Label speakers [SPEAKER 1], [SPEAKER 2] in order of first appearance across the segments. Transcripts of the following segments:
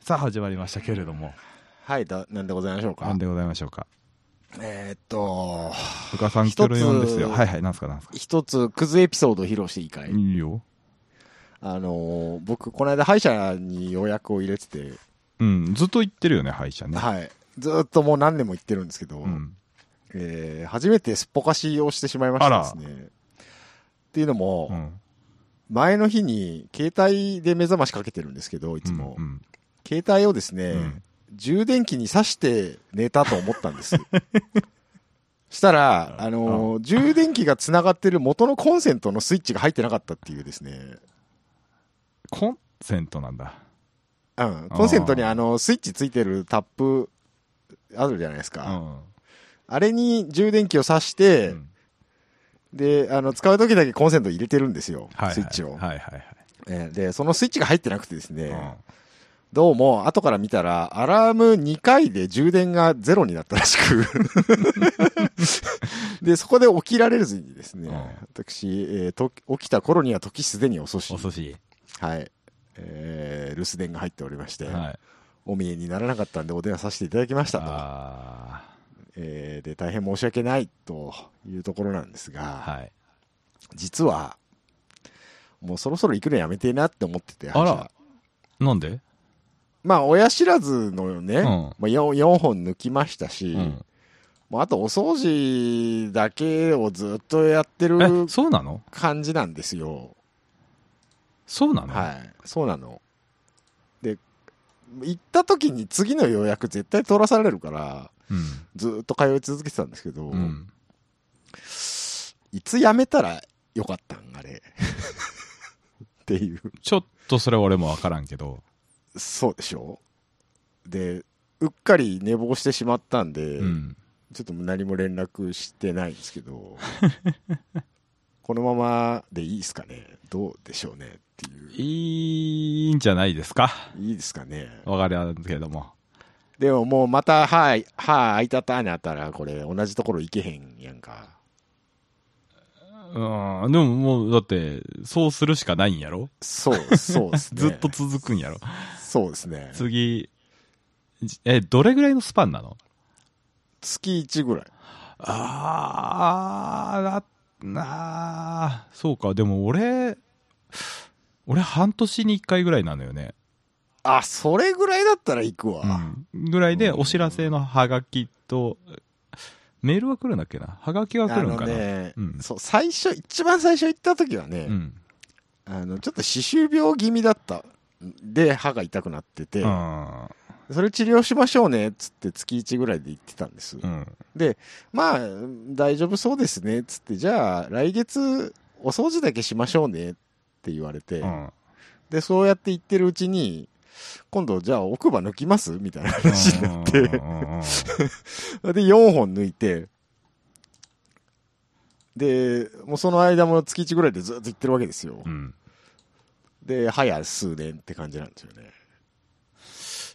[SPEAKER 1] さあ始まりましたけれども
[SPEAKER 2] はい、だ、なんでございましょうか
[SPEAKER 1] 何。でございましょうか
[SPEAKER 2] えーっと、
[SPEAKER 1] 深さんキョロヨンですよ
[SPEAKER 2] 一つ
[SPEAKER 1] はいはいなんすかなんすか
[SPEAKER 2] 一つ、クズエピソードを披露していいかい、
[SPEAKER 1] いいよ
[SPEAKER 2] あのー僕、この間、歯医者に予約を入れてて、
[SPEAKER 1] うんずっと言ってるよね歯医者ね
[SPEAKER 2] はい。ずーっともう何年も行ってるんですけど、
[SPEAKER 1] うん
[SPEAKER 2] えー初めてすっぽかしをしてしまいましたですね。っていうのも、
[SPEAKER 1] うん
[SPEAKER 2] 前の日に、携帯で目覚ましかけてるんですけど、いつも。
[SPEAKER 1] うんうん
[SPEAKER 2] 携帯をですね、
[SPEAKER 1] うん
[SPEAKER 2] 充電器に挿して寝たと思ったん です。したら、あのー充電器がつながってる元のコンセントのスイッチが入ってなかったっていうですね。
[SPEAKER 1] コンセントなんだ
[SPEAKER 2] うん。コンセントに
[SPEAKER 1] あー
[SPEAKER 2] あの、スイッチついてるタップ、あるじゃないです
[SPEAKER 1] う
[SPEAKER 2] か。
[SPEAKER 1] ん
[SPEAKER 2] あれに充電器を挿して、
[SPEAKER 1] うん
[SPEAKER 2] で、あの、使う時だけコンセント入れてるんですよ。
[SPEAKER 1] はいはい
[SPEAKER 2] スイッチを、
[SPEAKER 1] はいはいはい
[SPEAKER 2] えーで、そのスイッチが入ってなくてですね、
[SPEAKER 1] うん
[SPEAKER 2] どうも、後から見たら、アラーム2回で充電がゼロになったらし く。で、そこで起きられずにですね、
[SPEAKER 1] うん
[SPEAKER 2] 私、えーと、起きた頃には時すでに遅し
[SPEAKER 1] お、寿司
[SPEAKER 2] はい、えー留守電が入っておりまして、
[SPEAKER 1] はい
[SPEAKER 2] お見えにならなかったんでお電話させていただきましたと。
[SPEAKER 1] あ
[SPEAKER 2] えーで、大変申し訳ないというところなんですが、
[SPEAKER 1] ーはい
[SPEAKER 2] 実は、もうそろそろ行くのやめてえなって思ってて、
[SPEAKER 1] あらなんで
[SPEAKER 2] まあ、親知らずのね、
[SPEAKER 1] うん
[SPEAKER 2] まあ、4, 4本抜きましたし、
[SPEAKER 1] うん
[SPEAKER 2] もうあとお掃除だけをずっとやって る
[SPEAKER 1] えそうなの
[SPEAKER 2] 感じなんですよ。
[SPEAKER 1] そうなの
[SPEAKER 2] はい。そうなの。で、行った時に次の予約絶対取らされるから、
[SPEAKER 1] うん
[SPEAKER 2] ずっと通い続けてたんですけど、
[SPEAKER 1] うん
[SPEAKER 2] いつ辞めたらよかったんあれ。っていう。
[SPEAKER 1] ちょっとそれは俺もわからんけど
[SPEAKER 2] そうでしょで、うっかり寝坊してしまったんで、
[SPEAKER 1] うん
[SPEAKER 2] ちょっと何も連絡してないんですけ ど、このままでいいですかねどうでしょうねっていう。
[SPEAKER 1] いいんじゃないですか
[SPEAKER 2] いいですかね
[SPEAKER 1] わかりまんけども
[SPEAKER 2] でももうまた歯、歯開いたたになったら、これ同じところ行けへんやんか。
[SPEAKER 1] うんでももうだってそうするしかないんやろ
[SPEAKER 2] そう、そうですね。
[SPEAKER 1] ずっと続くんやろ
[SPEAKER 2] そうですね。
[SPEAKER 1] 次じえどれぐらいのスパンなの
[SPEAKER 2] 月1ぐらい。
[SPEAKER 1] ああなあそうかでも俺俺半年に1回ぐらいなのよね、
[SPEAKER 2] あ、それぐらいだったら行くわ。
[SPEAKER 1] うん、ぐらいでお知らせのハガキとメールは来るんだっけなハガキは来
[SPEAKER 2] あ
[SPEAKER 1] るん
[SPEAKER 2] の
[SPEAKER 1] かな、
[SPEAKER 2] ね、
[SPEAKER 1] うん
[SPEAKER 2] そう、最初、一番最初行った時はね、
[SPEAKER 1] うん
[SPEAKER 2] あの、ちょっと歯周病気味だった。で、歯が痛くなってて、
[SPEAKER 1] うん
[SPEAKER 2] それ治療しましょうね、つって月1ぐらいで行ってたんです。
[SPEAKER 1] うん
[SPEAKER 2] で、まあ、大丈夫そうですね、つって、じゃあ、来月、お掃除だけしましょうね、って言われて、
[SPEAKER 1] うん
[SPEAKER 2] で、そうやって言ってるうちに、今度、じゃあ、奥歯抜きますみたいな話になって、で、
[SPEAKER 1] うんうんうんう ん
[SPEAKER 2] 4本抜いて、で、もうその間も月1ぐらいでずっと行ってるわけですよ
[SPEAKER 1] う。ん
[SPEAKER 2] で、早数年って感じなんですよね。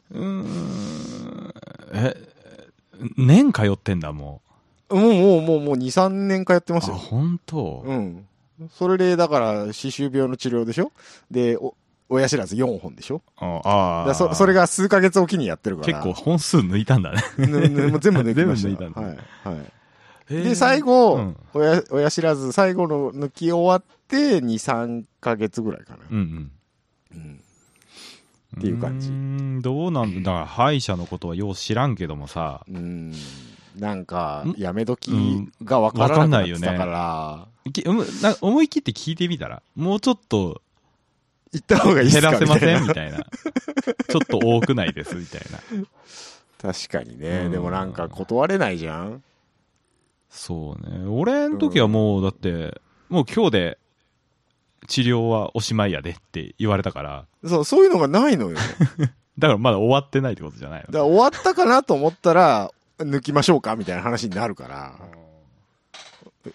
[SPEAKER 1] うーんえ、年通ってんだ、も
[SPEAKER 2] もう、もう、もう、もう2、3年通って
[SPEAKER 1] う。あ、
[SPEAKER 2] ますよ。
[SPEAKER 1] 本当、
[SPEAKER 2] うん。それで、だから、歯周病の治療でしょで、お、親知らず4本でしょ
[SPEAKER 1] あ
[SPEAKER 2] だ
[SPEAKER 1] あー
[SPEAKER 2] からそそれが数ヶ月おきにやってるか
[SPEAKER 1] 結
[SPEAKER 2] ら。
[SPEAKER 1] 構本数抜いたんだね。
[SPEAKER 2] ぬぬもう全部抜きました。
[SPEAKER 1] 全部抜いたんだ
[SPEAKER 2] はい。はい。で、最後、
[SPEAKER 1] 後。うん
[SPEAKER 2] 親、親知らず最後の抜き終わって、2、3ヶ月ぐらいかな。
[SPEAKER 1] うんう
[SPEAKER 2] う
[SPEAKER 1] ん。
[SPEAKER 2] ん。っていう感じ
[SPEAKER 1] ーんどうなんだ、だから歯医者のことはよう知らんけどもさ、
[SPEAKER 2] うん。なんか
[SPEAKER 1] ん、
[SPEAKER 2] やめ時がわからなくなってたから、
[SPEAKER 1] きうんな思い切って聞いてみたら、もうちょっと
[SPEAKER 2] 行った方がいいっす
[SPEAKER 1] 減
[SPEAKER 2] からみ
[SPEAKER 1] せ
[SPEAKER 2] た
[SPEAKER 1] ま
[SPEAKER 2] いな
[SPEAKER 1] せんみたいな。ちょっと多くないですみたいな。
[SPEAKER 2] 確かにね。
[SPEAKER 1] うん
[SPEAKER 2] でもなんか断れないじゃん
[SPEAKER 1] そうね。俺の時はもう、だって、もう今日で治療はおしまいやでって言われたから、
[SPEAKER 2] そう、そういうのがないのよ。
[SPEAKER 1] だからまだ終わってないってことじゃな
[SPEAKER 2] だ
[SPEAKER 1] い
[SPEAKER 2] か
[SPEAKER 1] の
[SPEAKER 2] ら終わったかなと思ったら、抜きましょうかみたいな話になるから。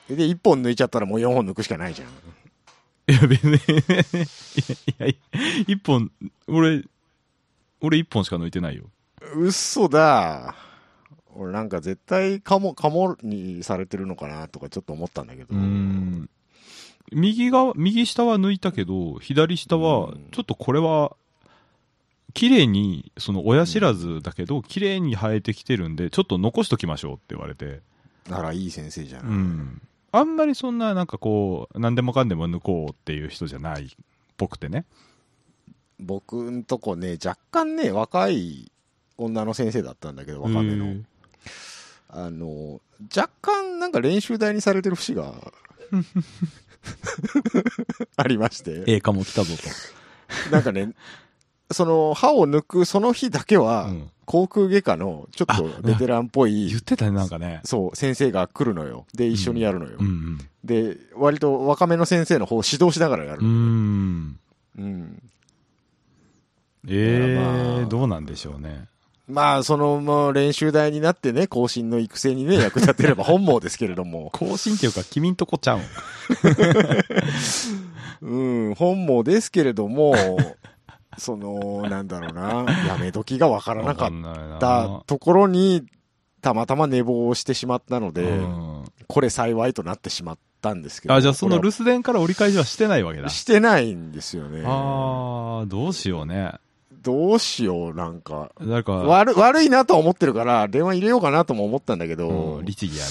[SPEAKER 2] で、1本抜いちゃったらもう4本抜くしかないじゃん。
[SPEAKER 1] いや、別に、いや、いや、一本、俺、俺一本しか抜いてないよ。
[SPEAKER 2] 嘘だ。俺なんか絶対カモ、カモにされてるのかなとかちょっと思ったんだけど。
[SPEAKER 1] うーん。右側、右下は抜いたけど、左下は
[SPEAKER 2] うん、
[SPEAKER 1] ちょっとこれは、綺麗に、その親知らずだけど、綺麗に生えてきてるんで、ちょっと残しときましょうって言われて、
[SPEAKER 2] あら、いい先生じゃ
[SPEAKER 1] う
[SPEAKER 2] ない。
[SPEAKER 1] ん。あんまりそんな、なんかこう、何でもかんでも抜こうっていう人じゃないっぽくてね。
[SPEAKER 2] 僕んとこね、若干ね、若い女の先生だったんだけど、若めの。あの、若干なんか練習台にされてる節 が、ありまして。
[SPEAKER 1] 映画も来たぞと。
[SPEAKER 2] なんかね、その歯を抜くその日だけは、
[SPEAKER 1] うん
[SPEAKER 2] 航空外科のちょっとベテランっぽい
[SPEAKER 1] 言っ、てたね、なんかね。
[SPEAKER 2] そう、先生が来るのよ。で、一緒にやるのよ。
[SPEAKER 1] うん
[SPEAKER 2] で、割と若めの先生の方を指導しながらや
[SPEAKER 1] う
[SPEAKER 2] る。
[SPEAKER 1] ん。うん。
[SPEAKER 2] うん
[SPEAKER 1] ええ
[SPEAKER 2] いやまあ
[SPEAKER 1] どうなんでしょうね。
[SPEAKER 2] まあ、その、もう練習台になってね、後進の育成にね、役立て れば本望ですけれども。
[SPEAKER 1] 更新っていうか、君んとこちゃうん。
[SPEAKER 2] うん、本望ですけれど も、その、なんだろうな、やめ時がわからなかっ
[SPEAKER 1] わかんない
[SPEAKER 2] た
[SPEAKER 1] な
[SPEAKER 2] ところに、たまたま寝坊をしてしまったので、
[SPEAKER 1] うん
[SPEAKER 2] これ幸いとなってしまったんですけど。
[SPEAKER 1] あ、じゃあその留
[SPEAKER 2] ル
[SPEAKER 1] 守電から折り返しはしてないわけだ。
[SPEAKER 2] してないんですよね。
[SPEAKER 1] ああ、どうしようね。
[SPEAKER 2] どうしよう、なんか。
[SPEAKER 1] なんか、
[SPEAKER 2] 悪悪いなとは思ってるから、電話入れようかなとも思ったんだけど、
[SPEAKER 1] うん律儀やね。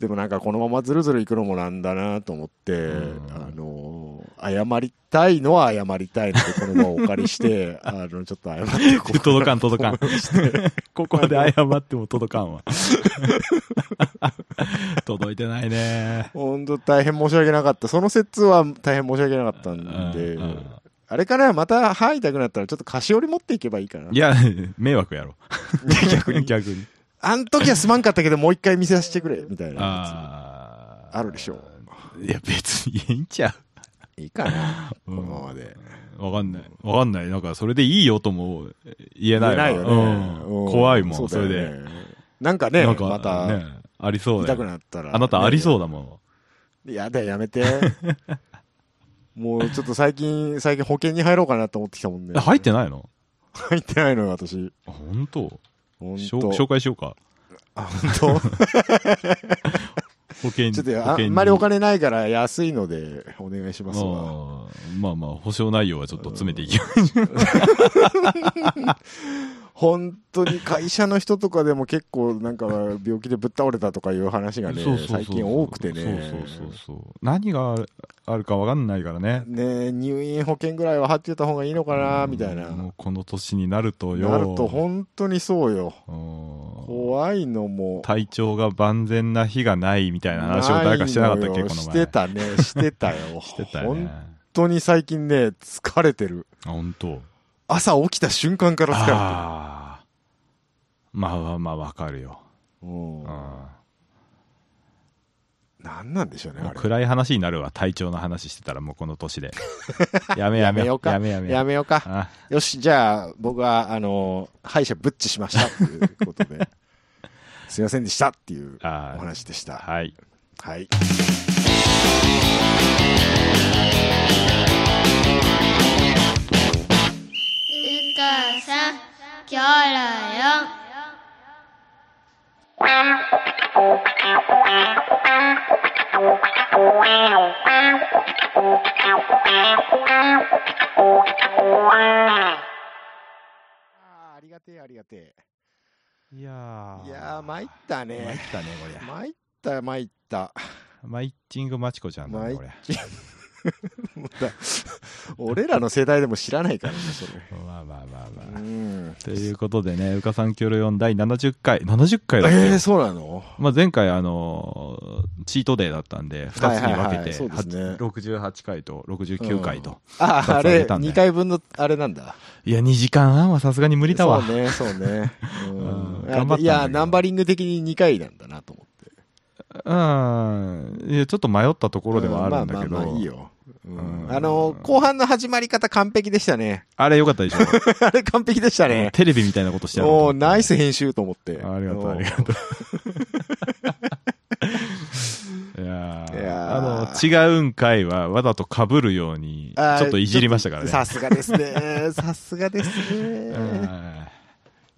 [SPEAKER 2] でもなんかこのままずるずるいくのもなんだなと思って、
[SPEAKER 1] うん
[SPEAKER 2] あのー謝りたいのは謝りたいので、この場をお借り して、あの、ちょっと謝っていこうかな
[SPEAKER 1] 届かん届かん。ここで謝っても届かん わ。届いてないね。
[SPEAKER 2] 本当大変申し訳なかった。その説は大変申し訳なかったんで、
[SPEAKER 1] うんうん
[SPEAKER 2] あれからまた歯痛くなったらちょっと菓子折り持っていけばいいかな。
[SPEAKER 1] いや、迷惑やろ。 逆に逆に。
[SPEAKER 2] あん時はすまんかったけどもう一回見せさせてくれ、みたいな
[SPEAKER 1] あ
[SPEAKER 2] あるでしょ
[SPEAKER 1] う。いや、別にいいんちゃ
[SPEAKER 2] やつ。いいかな、
[SPEAKER 1] う。う
[SPEAKER 2] この
[SPEAKER 1] ん
[SPEAKER 2] ままで。
[SPEAKER 1] わかんない。わかんない。なんか、それでいいよとも言えないわ。
[SPEAKER 2] ないよね
[SPEAKER 1] うん
[SPEAKER 2] うん。
[SPEAKER 1] 怖いもん、
[SPEAKER 2] う
[SPEAKER 1] そ
[SPEAKER 2] だよ
[SPEAKER 1] れ
[SPEAKER 2] ね
[SPEAKER 1] で。。
[SPEAKER 2] なんかね、
[SPEAKER 1] なんか、
[SPEAKER 2] また、
[SPEAKER 1] ね、ありそうだ
[SPEAKER 2] 痛
[SPEAKER 1] よ
[SPEAKER 2] くなったら。
[SPEAKER 1] あなたありそう
[SPEAKER 2] う。
[SPEAKER 1] だもん。
[SPEAKER 2] やだ、やめて。もうちょっと最近、最近保険に入ろうかなと思ってきたも んね。
[SPEAKER 1] え入って
[SPEAKER 2] ない
[SPEAKER 1] ないの
[SPEAKER 2] 入ってないのよ、私。
[SPEAKER 1] 本当
[SPEAKER 2] 本
[SPEAKER 1] しょ
[SPEAKER 2] 当
[SPEAKER 1] 紹介しようか。
[SPEAKER 2] あ、本当
[SPEAKER 1] 保険
[SPEAKER 2] ちょっと
[SPEAKER 1] 保
[SPEAKER 2] あ
[SPEAKER 1] 険
[SPEAKER 2] んまりお金ないから安いのでお願いしますわ。
[SPEAKER 1] あーまあまあ、保証内容はちょっと詰めていきます。
[SPEAKER 2] 本当に会社の人とかでも結構なんか病気でぶっ倒れたとかいう話がね、最近多くてね。
[SPEAKER 1] そうそうそうそう。何があるあるかわかんないからね。
[SPEAKER 2] ねえ入院保険ぐらいは張ってた方がいいのかな、みたいな。
[SPEAKER 1] もうこの年になるとよ。
[SPEAKER 2] なると本当にそうよ。
[SPEAKER 1] うん
[SPEAKER 2] 怖いのも。
[SPEAKER 1] 体調が万全な日がないみたいな話を誰かしてなかったっけ、
[SPEAKER 2] いのよ
[SPEAKER 1] この前。
[SPEAKER 2] してたね、してたよ。
[SPEAKER 1] してたよね。
[SPEAKER 2] 本当に最近ね、疲れてる。
[SPEAKER 1] あ本当。
[SPEAKER 2] 朝起きた瞬間から疲れて
[SPEAKER 1] ああ。まあまあまあ、わかるよ。
[SPEAKER 2] る。うん
[SPEAKER 1] う。ん。
[SPEAKER 2] なんなんでしょうね、
[SPEAKER 1] も
[SPEAKER 2] あ
[SPEAKER 1] う
[SPEAKER 2] れ。
[SPEAKER 1] 暗い話になるわ体調の話してたらもうこの年で やめや
[SPEAKER 2] やめ
[SPEAKER 1] め
[SPEAKER 2] ようか
[SPEAKER 1] やめやめ
[SPEAKER 2] や
[SPEAKER 1] め
[SPEAKER 2] めようか。
[SPEAKER 1] あ
[SPEAKER 2] よし、じゃあ、僕は、あの、歯医者ブッチしましたっていうこと で、すいませんでしたっていうお
[SPEAKER 1] あー
[SPEAKER 2] 話でした。
[SPEAKER 1] はい
[SPEAKER 2] はい。
[SPEAKER 3] うかさん、きょろよ。
[SPEAKER 2] ありがてえ、ありがて
[SPEAKER 1] いや
[SPEAKER 2] え。いやー、参った
[SPEAKER 1] 参っ
[SPEAKER 2] ね。
[SPEAKER 1] たねこれ
[SPEAKER 2] 参った、参った。
[SPEAKER 1] マイッチングマチコちゃんだねこれ
[SPEAKER 2] マもうだ 俺らの世代でも知らないからね、それ。
[SPEAKER 1] まあまあまあまあ、
[SPEAKER 2] うん。
[SPEAKER 1] ということでね「うかさんきょろ4」第70回70回だっけ、
[SPEAKER 2] えー、そうなの
[SPEAKER 1] まあ、前回あのーチートデイだったんで2つに分け
[SPEAKER 2] は
[SPEAKER 1] て、
[SPEAKER 2] いはいはいそうですね
[SPEAKER 1] はち68回と69回と、
[SPEAKER 2] あ、あ
[SPEAKER 1] 二つあ
[SPEAKER 2] れ、
[SPEAKER 1] げたんで
[SPEAKER 2] 2回分の、あれなんだ。
[SPEAKER 1] いや2時間半はさすがに無理だわ
[SPEAKER 2] そうね、そうね。うん
[SPEAKER 1] うん頑張ったんだけど
[SPEAKER 2] いや、ナンバリング的に2回なんだなと思って。
[SPEAKER 1] うんいやちょっと迷ったところではあるんだけ
[SPEAKER 2] う
[SPEAKER 1] ど、
[SPEAKER 2] まあまあまあいいよ。うん
[SPEAKER 1] うん
[SPEAKER 2] あの、後半の始まり方完璧でしたね。
[SPEAKER 1] あれよかったでしょ
[SPEAKER 2] あれ完璧でしたね。
[SPEAKER 1] テレビみたいなことしてなかった
[SPEAKER 2] おーナイス編集と思って。
[SPEAKER 1] ありがとう、ありがとう。いやー
[SPEAKER 2] いやー
[SPEAKER 1] あの、違うん会はわざと被るように、ち
[SPEAKER 2] あー
[SPEAKER 1] ょっといじりましたからね。
[SPEAKER 2] ちょっとさすがですね。 さすがですね。
[SPEAKER 1] あー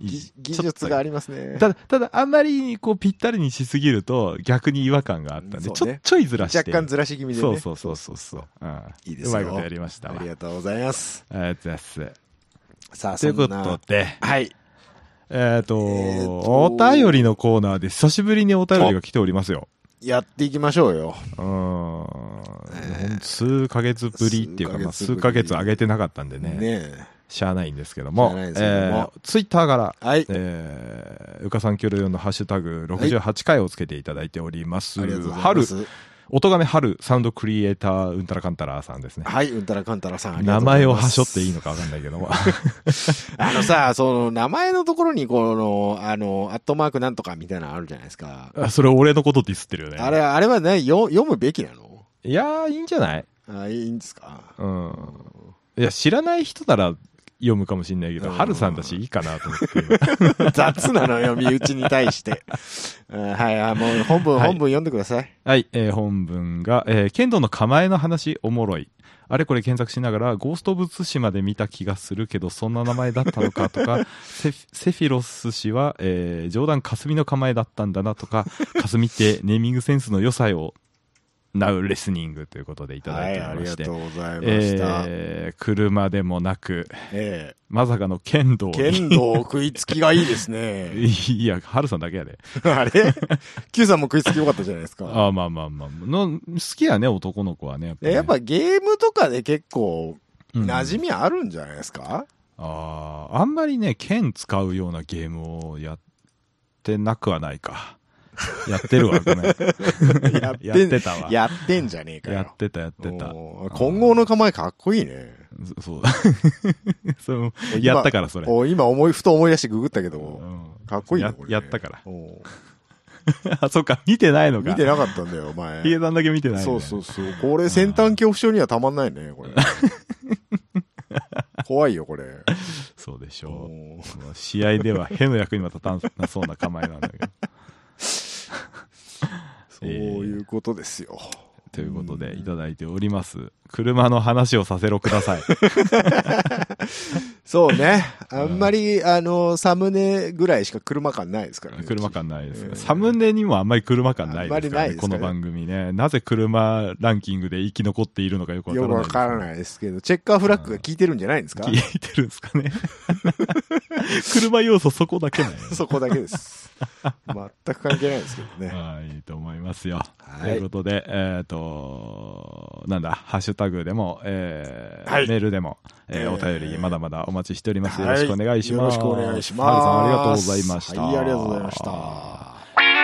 [SPEAKER 1] い
[SPEAKER 2] ぎ技術がありますね
[SPEAKER 1] ち。ょっとただ、ただ、あんまり、こう、ぴったりにしすぎると、逆に違和感があったんで、
[SPEAKER 2] そうね
[SPEAKER 1] ちょ、ちょいずらして。
[SPEAKER 2] 若干ずらし気味でね。
[SPEAKER 1] そうそうそうそうそう。うん
[SPEAKER 2] いいですよ
[SPEAKER 1] うまいことやりましたわ。
[SPEAKER 2] あ
[SPEAKER 1] あり
[SPEAKER 2] り
[SPEAKER 1] がと
[SPEAKER 2] がとうございます。
[SPEAKER 1] うございます。
[SPEAKER 2] さあ、
[SPEAKER 1] とい
[SPEAKER 2] そ
[SPEAKER 1] うんこと
[SPEAKER 2] な。
[SPEAKER 1] で、
[SPEAKER 2] はい。
[SPEAKER 1] えっ、と
[SPEAKER 2] えーと
[SPEAKER 1] お便りのコーナーで久しぶりにお便りが来ておりますよ。
[SPEAKER 2] やっていきましょうよ。
[SPEAKER 1] うーん、ほん数ヶ月ぶりっていうか、まあ、数
[SPEAKER 2] 数
[SPEAKER 1] ヶ
[SPEAKER 2] ヶ月ぶり
[SPEAKER 1] 月上げてなかったんでね、
[SPEAKER 2] ねえ。
[SPEAKER 1] しゃあないんですけども、
[SPEAKER 2] しゃあない
[SPEAKER 1] え
[SPEAKER 2] ですけども
[SPEAKER 1] ーツイッターから、
[SPEAKER 2] はい。
[SPEAKER 1] えー、うかさんきょろよんのハッシュタグ68回をつけていただいております。
[SPEAKER 2] ありがとうござい
[SPEAKER 1] 春
[SPEAKER 2] ま、す。
[SPEAKER 1] 音亀春サウンドクリエイターうんたらかんたらさんですね。
[SPEAKER 2] はい、うんたらかんたらさん。ありがとうござ
[SPEAKER 1] 名前
[SPEAKER 2] い
[SPEAKER 1] を
[SPEAKER 2] ま
[SPEAKER 1] は
[SPEAKER 2] す
[SPEAKER 1] しょっていいのかわかんないけ ども。
[SPEAKER 2] あのさ、 その名前のところに、この、あの、アットマークなんとかみたいなのあるじゃないですか。
[SPEAKER 1] あそれ俺のことディスってるよね。
[SPEAKER 2] あれ、あれはね、よ読むべきなの
[SPEAKER 1] いやー、いいんじゃない
[SPEAKER 2] あいいんです か
[SPEAKER 1] うん。いや、知らない人なら読むかもしんないけど、
[SPEAKER 2] うん
[SPEAKER 1] 春さんだしいいかなと思って。
[SPEAKER 2] 雑なのよ、身内に対 して。うんはい、あもう本文、
[SPEAKER 1] はい
[SPEAKER 2] 本文読んでください。
[SPEAKER 1] はい、えー本文が、えー剣道の構えの話おもろい。あれこれ検索しながら、ゴースト・オブ・ツシまで見た気がするけど、そんな名前だったのかとか、 セフセフィロス氏は、えー、冗談霞の構えだったんだなとか、霞ってネーミングセンスの良さを、ナウレスニングということでいただいて
[SPEAKER 2] あ
[SPEAKER 1] おり
[SPEAKER 2] り
[SPEAKER 1] まし
[SPEAKER 2] が
[SPEAKER 1] て、
[SPEAKER 2] とうございました。え
[SPEAKER 1] えー車でもなく、
[SPEAKER 2] え
[SPEAKER 1] まさかの剣道に
[SPEAKER 2] 剣道食いつきがいいですね。
[SPEAKER 1] いや、春さんだけやで。
[SPEAKER 2] あれ ?Q さんも食いつきよかったじゃないですか。
[SPEAKER 1] あーまあまあまあ。の好きやね、男の子はね。やっぱ,、
[SPEAKER 2] えやっぱゲームとかで結構、
[SPEAKER 1] うん
[SPEAKER 2] 馴染みあるんじゃないですか、
[SPEAKER 1] ああ、あんまりね、剣使うようなゲームをやってなくはな いか。やってるわ、ごめん。
[SPEAKER 2] やってん
[SPEAKER 1] やってたわ。
[SPEAKER 2] やってんじゃねえかよ。
[SPEAKER 1] やってた、やってた。
[SPEAKER 2] おー混合の構えかっこいいね。
[SPEAKER 1] そそう だ。それもやったから、それ。
[SPEAKER 2] おー今思い、ふと思い出してググったけ
[SPEAKER 1] う
[SPEAKER 2] ど、
[SPEAKER 1] ん
[SPEAKER 2] かっこいいね
[SPEAKER 1] や
[SPEAKER 2] これね
[SPEAKER 1] やったから。
[SPEAKER 2] おー
[SPEAKER 1] あ、そっか、見てないのか。
[SPEAKER 2] 見てなかったんだよ、お前
[SPEAKER 1] ヒ。ゲさんだけ見てない、ね。
[SPEAKER 2] そうそうそう。これ先端恐怖症にはたまんないね、こ れ。怖いよ、これ。
[SPEAKER 1] そうでしょ
[SPEAKER 2] おー
[SPEAKER 1] う。もう試合では、への役には立たなそうな構えなん だけど。
[SPEAKER 2] そういうことですよ。
[SPEAKER 1] ということで、
[SPEAKER 2] うん
[SPEAKER 1] いただいております。車の話をさせろください。
[SPEAKER 2] そうね。あんまり、あの、サムネぐらいしか車感ないですからね。
[SPEAKER 1] 車感ないですね、
[SPEAKER 2] ええ
[SPEAKER 1] サムネにもあんまり車感ないですから
[SPEAKER 2] あんまりない
[SPEAKER 1] ね、
[SPEAKER 2] です
[SPEAKER 1] こ
[SPEAKER 2] かね
[SPEAKER 1] の番組ね。なぜ車ランキングで生き残っているのかよくわから
[SPEAKER 2] よく
[SPEAKER 1] ない
[SPEAKER 2] わから
[SPEAKER 1] い。
[SPEAKER 2] ないですけど、チェッカーフラッグが効いてるんじゃないんですか
[SPEAKER 1] 聞いてるんですか ね。車要素そこだけなんよ
[SPEAKER 2] そこだけ です。全く関係ないですけどね。
[SPEAKER 1] はい、いいと思いますよ。
[SPEAKER 2] はい
[SPEAKER 1] ということで、えっ、と、なんだ、ハッシュタグでも、えー
[SPEAKER 2] はい
[SPEAKER 1] メールでも、えー
[SPEAKER 2] えー
[SPEAKER 1] お便り、まだまだお待ちしております。よ
[SPEAKER 2] は
[SPEAKER 1] ろ
[SPEAKER 2] い
[SPEAKER 1] しくお願いします。
[SPEAKER 2] よろしくお願いします。
[SPEAKER 1] ハルさん、ありがとうございました。
[SPEAKER 2] はい、ありがとうございました。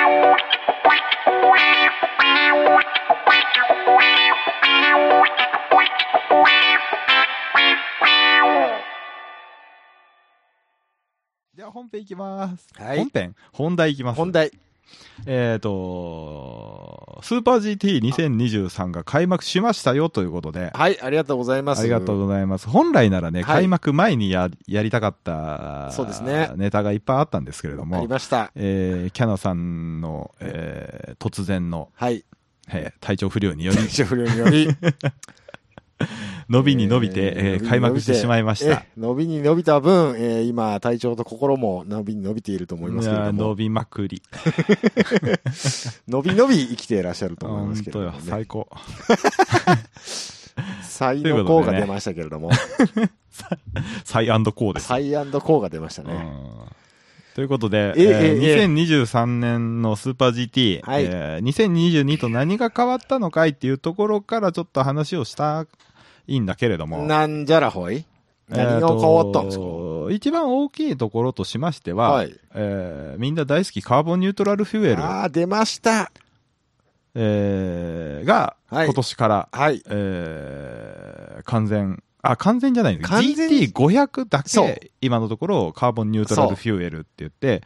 [SPEAKER 1] では本編いきます。
[SPEAKER 2] はい
[SPEAKER 1] 本編本題いきます。
[SPEAKER 2] 本題。
[SPEAKER 1] えっ、と、スーパー GT2023 が開幕しましたよということで、
[SPEAKER 2] はい、ありがとうございます。
[SPEAKER 1] ありがとうございます。本来ならね、
[SPEAKER 2] はい
[SPEAKER 1] 開幕前にややりたかった
[SPEAKER 2] そうですね
[SPEAKER 1] ネタがいっぱいあったんですけれど
[SPEAKER 2] あ
[SPEAKER 1] も
[SPEAKER 2] り、ました。
[SPEAKER 1] えーキャナさんの、えー突然の、
[SPEAKER 2] はい。
[SPEAKER 1] えー体調不良により、
[SPEAKER 2] 一応不良により。
[SPEAKER 1] 伸びに伸びて、えー
[SPEAKER 2] 伸びに伸び
[SPEAKER 1] 開幕してしまいまし
[SPEAKER 2] え
[SPEAKER 1] た。
[SPEAKER 2] え伸びに伸びた分、えー今、体調と心も伸びに伸びていると思いますけれ
[SPEAKER 1] い
[SPEAKER 2] ど
[SPEAKER 1] やー
[SPEAKER 2] も
[SPEAKER 1] 伸、びまくり。
[SPEAKER 2] 伸び伸び生きていらっしゃると思いま
[SPEAKER 1] 本
[SPEAKER 2] すけれ
[SPEAKER 1] 当
[SPEAKER 2] ど
[SPEAKER 1] よ
[SPEAKER 2] も、、ね
[SPEAKER 1] 最。高。
[SPEAKER 2] 才
[SPEAKER 1] という
[SPEAKER 2] の
[SPEAKER 1] こ
[SPEAKER 2] 効が
[SPEAKER 1] とでね
[SPEAKER 2] 出ましたけれども、
[SPEAKER 1] サイコーです。
[SPEAKER 2] 才効が出ました
[SPEAKER 1] う
[SPEAKER 2] ね。
[SPEAKER 1] んということで、え
[SPEAKER 2] ええ
[SPEAKER 1] ー
[SPEAKER 2] ええ
[SPEAKER 1] 2023年のスーパー GT、
[SPEAKER 2] はい
[SPEAKER 1] えー2022と何が変わったのかいっていうところからちょっと話をしたいんだけれども。
[SPEAKER 2] なんじゃらほい何が変わったんですか
[SPEAKER 1] えーと一番大きいところとしましては、
[SPEAKER 2] はい
[SPEAKER 1] えーみんな大好きカーボンニュートラルフュエル、
[SPEAKER 2] ああ、出ました。
[SPEAKER 1] えーが、
[SPEAKER 2] はい
[SPEAKER 1] 今年から、
[SPEAKER 2] はい。
[SPEAKER 1] えー完全、あ、完全じゃないんです
[SPEAKER 2] 完全に
[SPEAKER 1] GT500 だ
[SPEAKER 2] そう
[SPEAKER 1] け、今のところカーボンニュートラルフューエルって言って、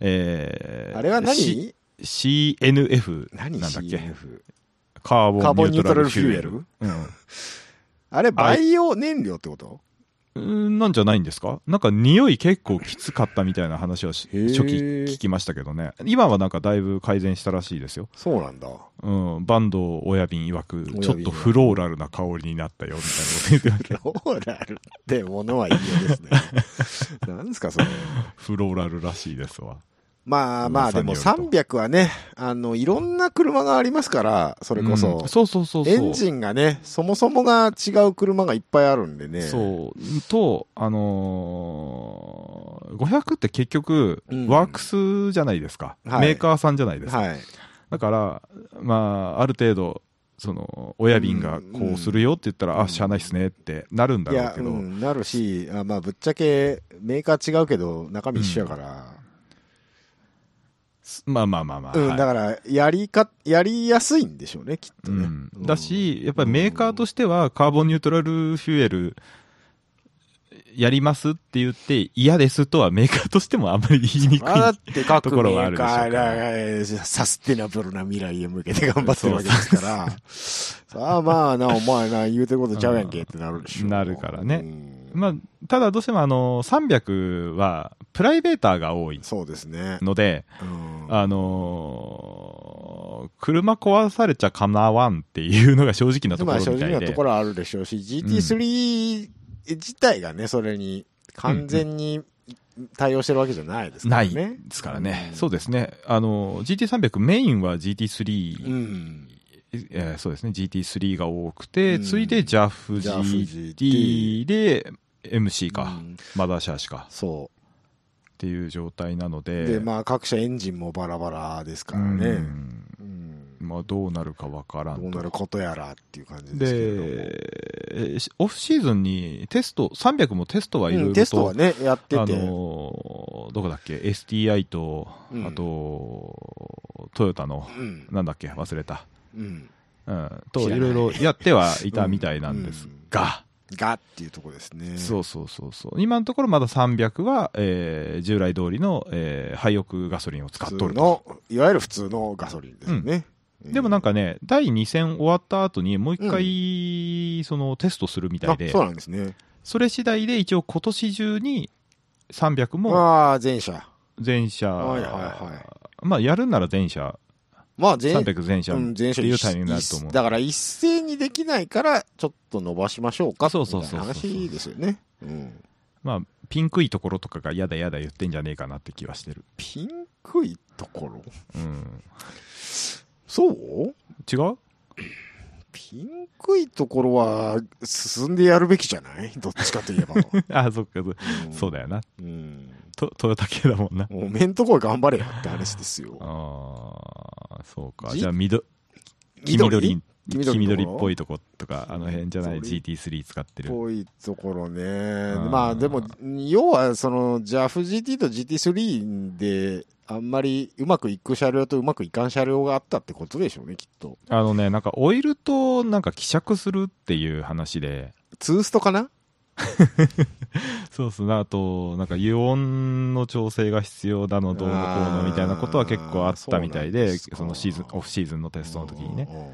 [SPEAKER 1] えー
[SPEAKER 2] あれは何、
[SPEAKER 1] C- ?CNF な
[SPEAKER 2] 何
[SPEAKER 1] んだっけ
[SPEAKER 2] CNF
[SPEAKER 1] カー
[SPEAKER 2] カー
[SPEAKER 1] ボ
[SPEAKER 2] ボ
[SPEAKER 1] ン
[SPEAKER 2] ン
[SPEAKER 1] ニ
[SPEAKER 2] ニ
[SPEAKER 1] ュ
[SPEAKER 2] ュートラ
[SPEAKER 1] ートラル
[SPEAKER 2] ル
[SPEAKER 1] フ
[SPEAKER 2] フュ
[SPEAKER 1] ュー
[SPEAKER 2] ー
[SPEAKER 1] エ
[SPEAKER 2] エ
[SPEAKER 1] ル
[SPEAKER 2] ル。
[SPEAKER 1] うん
[SPEAKER 2] あれ、培養燃料ってこと
[SPEAKER 1] うんなんじゃないんですかなんか匂い結構きつかったみたいな話はし
[SPEAKER 2] へー
[SPEAKER 1] 初期聞きましたけどね。今はなんかだいぶ改善したらしいですよ。
[SPEAKER 2] そうなんだ。
[SPEAKER 1] うん。バンド親瓶曰
[SPEAKER 2] 親
[SPEAKER 1] く、
[SPEAKER 2] 瓶曰く
[SPEAKER 1] ちょっとフローラルな香りになったよみたいなこと言ってまし
[SPEAKER 2] ロ
[SPEAKER 1] た
[SPEAKER 2] ーラル ってものはいいようですね。何ですか、それ。
[SPEAKER 1] フローラルらしいですわ。
[SPEAKER 2] まあまあ、
[SPEAKER 1] 噂
[SPEAKER 2] で
[SPEAKER 1] に
[SPEAKER 2] も
[SPEAKER 1] よると
[SPEAKER 2] 300はね、あの、いろんな車がありますから、それこそ。
[SPEAKER 1] うんそうそうそうそう
[SPEAKER 2] エンジンがね、そもそもが違う車がいっぱいあるんでね。
[SPEAKER 1] そうと、あのー500って結局、
[SPEAKER 2] うん
[SPEAKER 1] ワークスじゃないですか、
[SPEAKER 2] はい
[SPEAKER 1] メーカーさんじゃないですか、
[SPEAKER 2] はい。
[SPEAKER 1] だから、まあ、ある程度、その親輪がこうするよって言ったら、
[SPEAKER 2] うん
[SPEAKER 1] あしゃあないっすねってなるんだ
[SPEAKER 2] い
[SPEAKER 1] ろう
[SPEAKER 2] や、
[SPEAKER 1] け
[SPEAKER 2] う
[SPEAKER 1] ど、
[SPEAKER 2] ん、なるし、あまあ、ぶっちゃけ、メーカー違うけど、中身一緒やから。
[SPEAKER 1] すまあまあまあまあ、
[SPEAKER 2] うん、
[SPEAKER 1] はい
[SPEAKER 2] だから、やりか、やりやすいんでしょうね、きっとね。
[SPEAKER 1] うん
[SPEAKER 2] うん
[SPEAKER 1] だ、し、やっぱりメーカーとしては、カーボンニュートラルフュエルやりますって言って、嫌ですとはメーカーとしてもあんまり言いにくい
[SPEAKER 2] あだって各
[SPEAKER 1] ところは
[SPEAKER 2] メ
[SPEAKER 1] ある
[SPEAKER 2] ー
[SPEAKER 1] でしょ
[SPEAKER 2] カ
[SPEAKER 1] うから
[SPEAKER 2] ーがサステナブルな未来へ向けて頑張ってるわけですから、さあまあな、お前な、言うてることちゃうやんけってなるでしょ。
[SPEAKER 1] なるからね
[SPEAKER 2] うん
[SPEAKER 1] まあ、ただどうしてもあの300はプライベーターが多い
[SPEAKER 2] そうですね。
[SPEAKER 1] ので、
[SPEAKER 2] うん
[SPEAKER 1] あのー車壊されちゃかなわんっていうのが正直なとこ
[SPEAKER 2] まあ
[SPEAKER 1] ろ
[SPEAKER 2] 正
[SPEAKER 1] みた
[SPEAKER 2] 直
[SPEAKER 1] い
[SPEAKER 2] なと
[SPEAKER 1] で
[SPEAKER 2] こ。ろはあるでしょうし、GT3 自体がね、それに完全に対応してるわけじゃないですか
[SPEAKER 1] な
[SPEAKER 2] ら
[SPEAKER 1] い
[SPEAKER 2] ね。
[SPEAKER 1] ですからね、
[SPEAKER 2] うん
[SPEAKER 1] そうですね、あの GT300、メインは GT3、
[SPEAKER 2] うん。
[SPEAKER 1] えーそうですね、GT3 が多くて、
[SPEAKER 2] うん
[SPEAKER 1] 次いで JAF、
[SPEAKER 2] JAF
[SPEAKER 1] GT で MC か、
[SPEAKER 2] うん
[SPEAKER 1] マダーシャーシか
[SPEAKER 2] そ
[SPEAKER 1] っていう状態なの
[SPEAKER 2] う。
[SPEAKER 1] で、
[SPEAKER 2] で、まあ各社エンジンもバラバラですから
[SPEAKER 1] う
[SPEAKER 2] ね。う
[SPEAKER 1] ん
[SPEAKER 2] ん
[SPEAKER 1] まあ、どうなるかわからん
[SPEAKER 2] どうなることやらっていう感じですけれども。
[SPEAKER 1] で、えーしオフシーズンにテスト、300もテストはいろい
[SPEAKER 2] うん
[SPEAKER 1] ろ
[SPEAKER 2] テスト
[SPEAKER 1] と、
[SPEAKER 2] はね、やってて。
[SPEAKER 1] あのーどこだっけ、STI と、
[SPEAKER 2] うん
[SPEAKER 1] あと、トヨタの、
[SPEAKER 2] うん。
[SPEAKER 1] なんだっけ、忘れた、
[SPEAKER 2] うん。
[SPEAKER 1] うん、
[SPEAKER 2] 知
[SPEAKER 1] と
[SPEAKER 2] らないい
[SPEAKER 1] ろいろやってはいたみたいなんですが、
[SPEAKER 2] がっていうところですね。
[SPEAKER 1] そうそうそうそう、今のところまだ300は、えー従来通りの、えー、廃屋ガソリンを使っ
[SPEAKER 2] 普
[SPEAKER 1] と
[SPEAKER 2] 通
[SPEAKER 1] ると。
[SPEAKER 2] の、いわゆる普通のガソリンですよね。
[SPEAKER 1] でもなんかね、第2戦終わった後に、もう一回、そのテストするみたい
[SPEAKER 2] あ
[SPEAKER 1] で、
[SPEAKER 2] そうなんですね。
[SPEAKER 1] それ次第で一応今年中に300も
[SPEAKER 2] まあ、前者。
[SPEAKER 1] 全車、
[SPEAKER 2] はいはいは
[SPEAKER 1] まあやるんなら全車、
[SPEAKER 2] まあ、前者。
[SPEAKER 1] 300全車
[SPEAKER 2] う
[SPEAKER 1] っ
[SPEAKER 2] ん、
[SPEAKER 1] て
[SPEAKER 2] 前者
[SPEAKER 1] いうタイミングになると思う。
[SPEAKER 2] だから一斉にできないから、ちょっと伸ばしましょうか。
[SPEAKER 1] そうそうそうそ
[SPEAKER 2] み
[SPEAKER 1] う
[SPEAKER 2] たいな話ですよね。うん。
[SPEAKER 1] まあピンクいところとかがやだやだ言ってんじゃねえかなって気はしてる。
[SPEAKER 2] ピンクいところ
[SPEAKER 1] うん、
[SPEAKER 2] そう
[SPEAKER 1] 違う
[SPEAKER 2] ピンクいところは進んでやるべきじゃないどっちかといえば。
[SPEAKER 1] あ、そっか、そそうだ
[SPEAKER 2] よ。
[SPEAKER 1] よな。
[SPEAKER 2] うん。
[SPEAKER 1] とトヨタ系だもんな。
[SPEAKER 2] おめんとこ頑張れよって話ですよ。
[SPEAKER 1] ああ、そうか。
[SPEAKER 2] じ
[SPEAKER 1] じゃあ緑、黄緑、黄
[SPEAKER 2] 黄
[SPEAKER 1] 緑
[SPEAKER 2] 緑のところ
[SPEAKER 1] っぽいとことか、あの辺じゃない
[SPEAKER 2] そう
[SPEAKER 1] GT3 使って
[SPEAKER 2] っ
[SPEAKER 1] る。
[SPEAKER 2] ぽいところね。
[SPEAKER 1] ん
[SPEAKER 2] まあでも、要はその JAFGT と GT3 で、あんまりうまくいく車両とうまくいかん車両があったってことでしょうね、きっと。
[SPEAKER 1] あのね、なんかオイルとなんか希釈するっていう話で、
[SPEAKER 2] ツーストかな
[SPEAKER 1] そうそうあと、なんか油温の調整が必要だの、どうのこうのみたいなことは結構あったみたい
[SPEAKER 2] あーそうなん
[SPEAKER 1] で、
[SPEAKER 2] です
[SPEAKER 1] そ
[SPEAKER 2] か
[SPEAKER 1] のシーズン、オフシーズンのテストの時にね。
[SPEAKER 2] うんうん
[SPEAKER 1] うん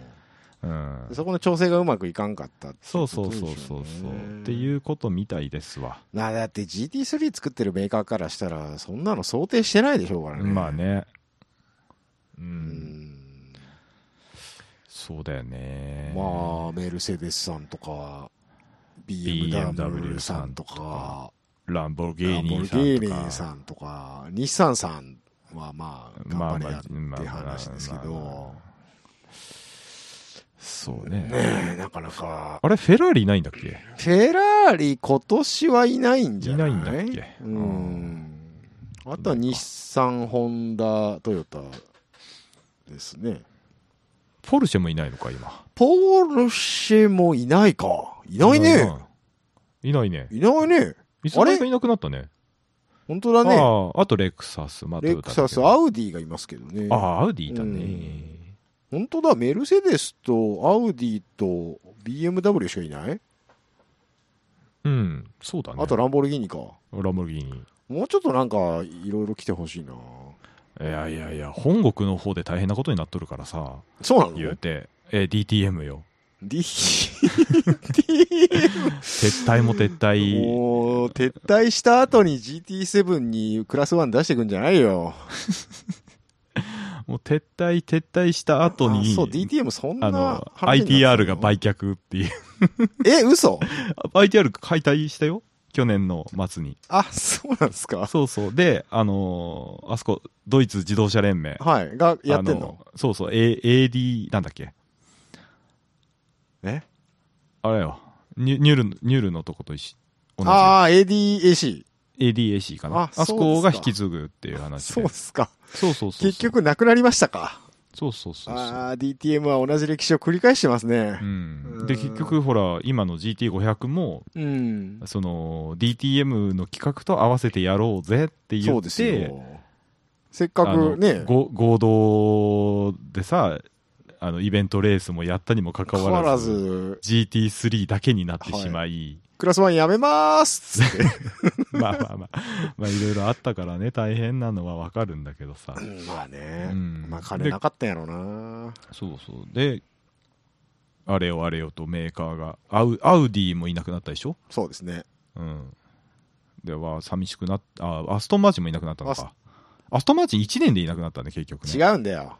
[SPEAKER 2] うん。そこの調整がうまくいかんかったってい
[SPEAKER 1] そうそう
[SPEAKER 2] こと
[SPEAKER 1] そう
[SPEAKER 2] でし
[SPEAKER 1] そ
[SPEAKER 2] ょ
[SPEAKER 1] う
[SPEAKER 2] ね
[SPEAKER 1] そう。っていうことみたいですわ。
[SPEAKER 2] なだって GT3 作ってるメーカーからしたら、そんなの想定してないでしょうからね。
[SPEAKER 1] まあ。ね。う。
[SPEAKER 2] うんん。
[SPEAKER 1] そうだよね。
[SPEAKER 2] まあ、メルセデスさんとか、BMW さんとか、
[SPEAKER 1] ランボルゲ
[SPEAKER 2] ラ
[SPEAKER 1] ー
[SPEAKER 2] ンボ
[SPEAKER 1] ニ
[SPEAKER 2] ル
[SPEAKER 1] ー
[SPEAKER 2] ゲーニ
[SPEAKER 1] さんとか。
[SPEAKER 2] ーさんとか、日産さんはまあ、頑張れやって話ですけ
[SPEAKER 1] まあまあまあ
[SPEAKER 2] ど
[SPEAKER 1] ま、そう
[SPEAKER 2] ね
[SPEAKER 1] ね。
[SPEAKER 2] え、なかなか。
[SPEAKER 1] あれ、フェラーリいないんだっけ
[SPEAKER 2] フェラーリ今年はいないんじゃない
[SPEAKER 1] いないんだっけ
[SPEAKER 2] うん。あとは日産、ホンダ、トヨタですね。
[SPEAKER 1] ポルシェもいないのか、今。
[SPEAKER 2] ポルシェもいないか。いないね。
[SPEAKER 1] いないね。
[SPEAKER 2] いないね。
[SPEAKER 1] いつの間にかいなくなったね。
[SPEAKER 2] 本当だ
[SPEAKER 1] あ
[SPEAKER 2] ね。
[SPEAKER 1] ああとレクサス、まあ、
[SPEAKER 2] レクサス、
[SPEAKER 1] トヨタだ
[SPEAKER 2] アウディがいますけどね
[SPEAKER 1] けど。ああ、アウディだね。
[SPEAKER 2] うん本当だ、メルセデスとアウディと BMW しかいない
[SPEAKER 1] うん、そうだね。
[SPEAKER 2] あとランボルギーニか。も
[SPEAKER 1] ランボルギーニ。
[SPEAKER 2] うちょっとなんか、いろいろ来てほしいな。
[SPEAKER 1] いやいやいや、本国の方で大変なことになっとるからさ、
[SPEAKER 2] そうなの
[SPEAKER 1] 言うて、えー DTM よ。
[SPEAKER 2] D
[SPEAKER 1] 撤退も撤退。
[SPEAKER 2] もう、撤退した後に GT7 にクラス1出してくんじゃないよ。
[SPEAKER 1] もう撤退、撤退した後に、
[SPEAKER 2] あそう、DTM そんな
[SPEAKER 1] あの、
[SPEAKER 2] 話になってた
[SPEAKER 1] ITR が売却っていう。
[SPEAKER 2] え、嘘
[SPEAKER 1] ITR 解体したよ去年の末に。
[SPEAKER 2] あ、そうなんですか。
[SPEAKER 1] そうそう。で、あのーあそこ、ドイツ自動車連盟。
[SPEAKER 2] はい。が、やってんの
[SPEAKER 1] あそうそう、A、AD、なんだっけ。
[SPEAKER 2] え
[SPEAKER 1] あれよ。ニュニュル、ニュルのとこと一緒。同じ。
[SPEAKER 2] ああ、ADAC。
[SPEAKER 1] ADAC かな。
[SPEAKER 2] あ
[SPEAKER 1] あそ
[SPEAKER 2] そうで
[SPEAKER 1] こ
[SPEAKER 2] す
[SPEAKER 1] が
[SPEAKER 2] か
[SPEAKER 1] 引き継ぐっていう話
[SPEAKER 2] そ
[SPEAKER 1] で。
[SPEAKER 2] うっすか。
[SPEAKER 1] そうそうそうそう。
[SPEAKER 2] 結。局なくなりましたか。
[SPEAKER 1] そうそうそうそう。
[SPEAKER 2] ああ、DTM は同じ歴史を繰り返してますね
[SPEAKER 1] う。ん、
[SPEAKER 2] う
[SPEAKER 1] で
[SPEAKER 2] ん
[SPEAKER 1] 結局ほら今の GT500 も
[SPEAKER 2] うん。
[SPEAKER 1] その DTM の企画と合わせてやろうぜって言
[SPEAKER 2] そう
[SPEAKER 1] っ
[SPEAKER 2] です
[SPEAKER 1] て
[SPEAKER 2] よ。せっ
[SPEAKER 1] あ
[SPEAKER 2] か
[SPEAKER 1] の
[SPEAKER 2] くね、
[SPEAKER 1] ご合同でさあのイベントレースもやったにもかか
[SPEAKER 2] 変
[SPEAKER 1] わ
[SPEAKER 2] わ
[SPEAKER 1] ら
[SPEAKER 2] ら
[SPEAKER 1] ず
[SPEAKER 2] ず、
[SPEAKER 1] GT3 だけになってしまい、
[SPEAKER 2] クラスワンやめまーすっつって。
[SPEAKER 1] まあまあまあまあいろいろあったからね大変なのはわかるんだけどさ、
[SPEAKER 2] うん まあね、
[SPEAKER 1] うん
[SPEAKER 2] まあ金なかったんやろな。
[SPEAKER 1] そうそうであれよあれよとメーカーがアウアウディもいなくなったでしょ
[SPEAKER 2] そうですね。
[SPEAKER 1] うん。では、寂しくなっあ、アストンマーチンもいなくなったの
[SPEAKER 2] アス
[SPEAKER 1] か。アストンマーチン1年でいなくなったね、結局ね。
[SPEAKER 2] 違
[SPEAKER 1] う。
[SPEAKER 2] うんだよ。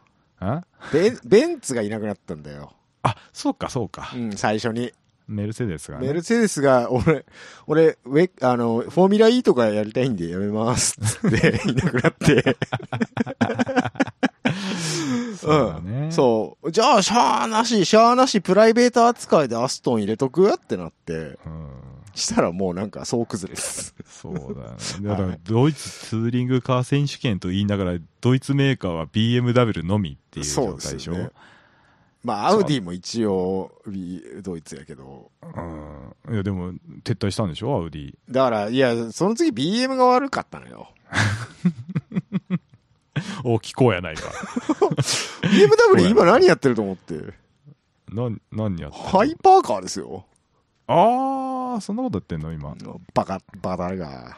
[SPEAKER 2] ベンベンツがいなくなったんだよ。
[SPEAKER 1] あ、そうか、そうか
[SPEAKER 2] う。ん、最初に。
[SPEAKER 1] メルセデスがね。
[SPEAKER 2] メルセデスが、 俺、俺、ウェあの、フォーミュラ E とかやりたいんでやめますっつ って、いなくなって。
[SPEAKER 1] そうだね。
[SPEAKER 2] そう。じゃあ、シャアなし、シャアなし、プライベート扱いでアストン入れとくってなって、
[SPEAKER 1] う。ん。
[SPEAKER 2] したらもうなんか総 崩れです。
[SPEAKER 1] そうだね。だか
[SPEAKER 2] は
[SPEAKER 1] ら
[SPEAKER 2] い、
[SPEAKER 1] ドイツツーリングカー選手権と言いながら、ドイツメーカーは BMW のみっていう状態でしょ。
[SPEAKER 2] そうですねまあ、ア
[SPEAKER 1] そう
[SPEAKER 2] ウディも一応、ビドイツやけど。
[SPEAKER 1] うん。いや、でも、撤退したんでしょ、アウディ。
[SPEAKER 2] だから、いや、その次 BM が悪かったのよ。
[SPEAKER 1] お、聞こうやないか。
[SPEAKER 2] BMW 今何やってると思って。
[SPEAKER 1] な、何やってんの
[SPEAKER 2] ハイパーカーですよ。
[SPEAKER 1] あー、そんなことやってんの、今。
[SPEAKER 2] バカ、バカが。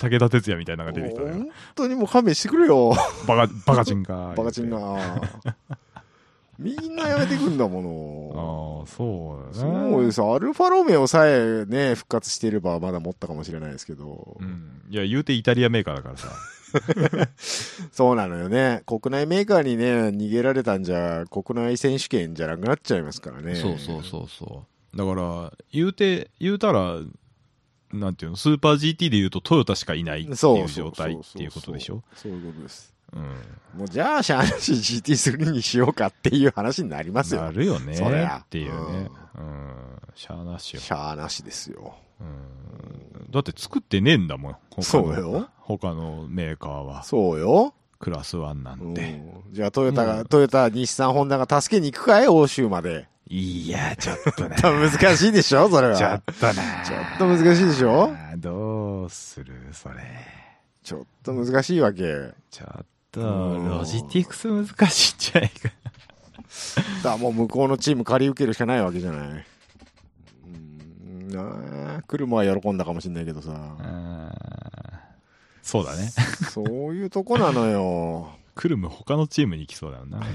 [SPEAKER 1] 武田鉄矢みたいなのが出てきたのよ
[SPEAKER 2] 本当にもう勘弁してくれよ。
[SPEAKER 1] バカ、バカチンか。
[SPEAKER 2] バカチン
[SPEAKER 1] あ
[SPEAKER 2] な。みんなやめてくんだもの。
[SPEAKER 1] あー、そうだね。
[SPEAKER 2] そうです。アルファロメオさえね、復活していればまだ持ったかもしれないですけど
[SPEAKER 1] う。ん。いや、言うてイタリアメーカーだからさ。
[SPEAKER 2] そうなのよね。国内メーカーにね、逃げられたんじゃ、国内選手権じゃなくなっちゃいますからね。
[SPEAKER 1] そうそう。だから、言うて、言うたら、なんていうの、スーパー GT で言うとトヨタしかいないって
[SPEAKER 2] そう
[SPEAKER 1] いう状態っていうことでしょ。
[SPEAKER 2] そういうことです。
[SPEAKER 1] うん。
[SPEAKER 2] もうじゃあ、シャーナシ GT3 にしようかっていう話になります
[SPEAKER 1] な
[SPEAKER 2] よ。
[SPEAKER 1] るよね。
[SPEAKER 2] そりゃ
[SPEAKER 1] っていうね。うん。しゃあなしよ。
[SPEAKER 2] シャーナシですよ。
[SPEAKER 1] うん。だって作ってねえんだもん。他の
[SPEAKER 2] そうだよ。
[SPEAKER 1] 他のメーカーは、
[SPEAKER 2] そうよ。
[SPEAKER 1] クラス1なんて。
[SPEAKER 2] うんじゃあトヨタが、
[SPEAKER 1] うん
[SPEAKER 2] トヨタ、日産、ホンダが助けに行くかい欧州まで。。
[SPEAKER 1] いや、ちょっとね
[SPEAKER 2] 難しいでし ょそれは。
[SPEAKER 1] ちょっとね。
[SPEAKER 2] ちょっと難しいでしょ
[SPEAKER 1] あーどうするそれ。
[SPEAKER 2] ちょっと難しいわけ。
[SPEAKER 1] ちょっと、
[SPEAKER 2] うん
[SPEAKER 1] ロジティクス難しいんじゃないか。
[SPEAKER 2] だからもう向こうのチーム借り受けるしかないわけじゃない。うん、なあ、車は喜んだかもしれないけどさ。
[SPEAKER 1] そうだね。
[SPEAKER 2] そういうとこなのよ。
[SPEAKER 1] クルム他のチームに行きそうだよな。本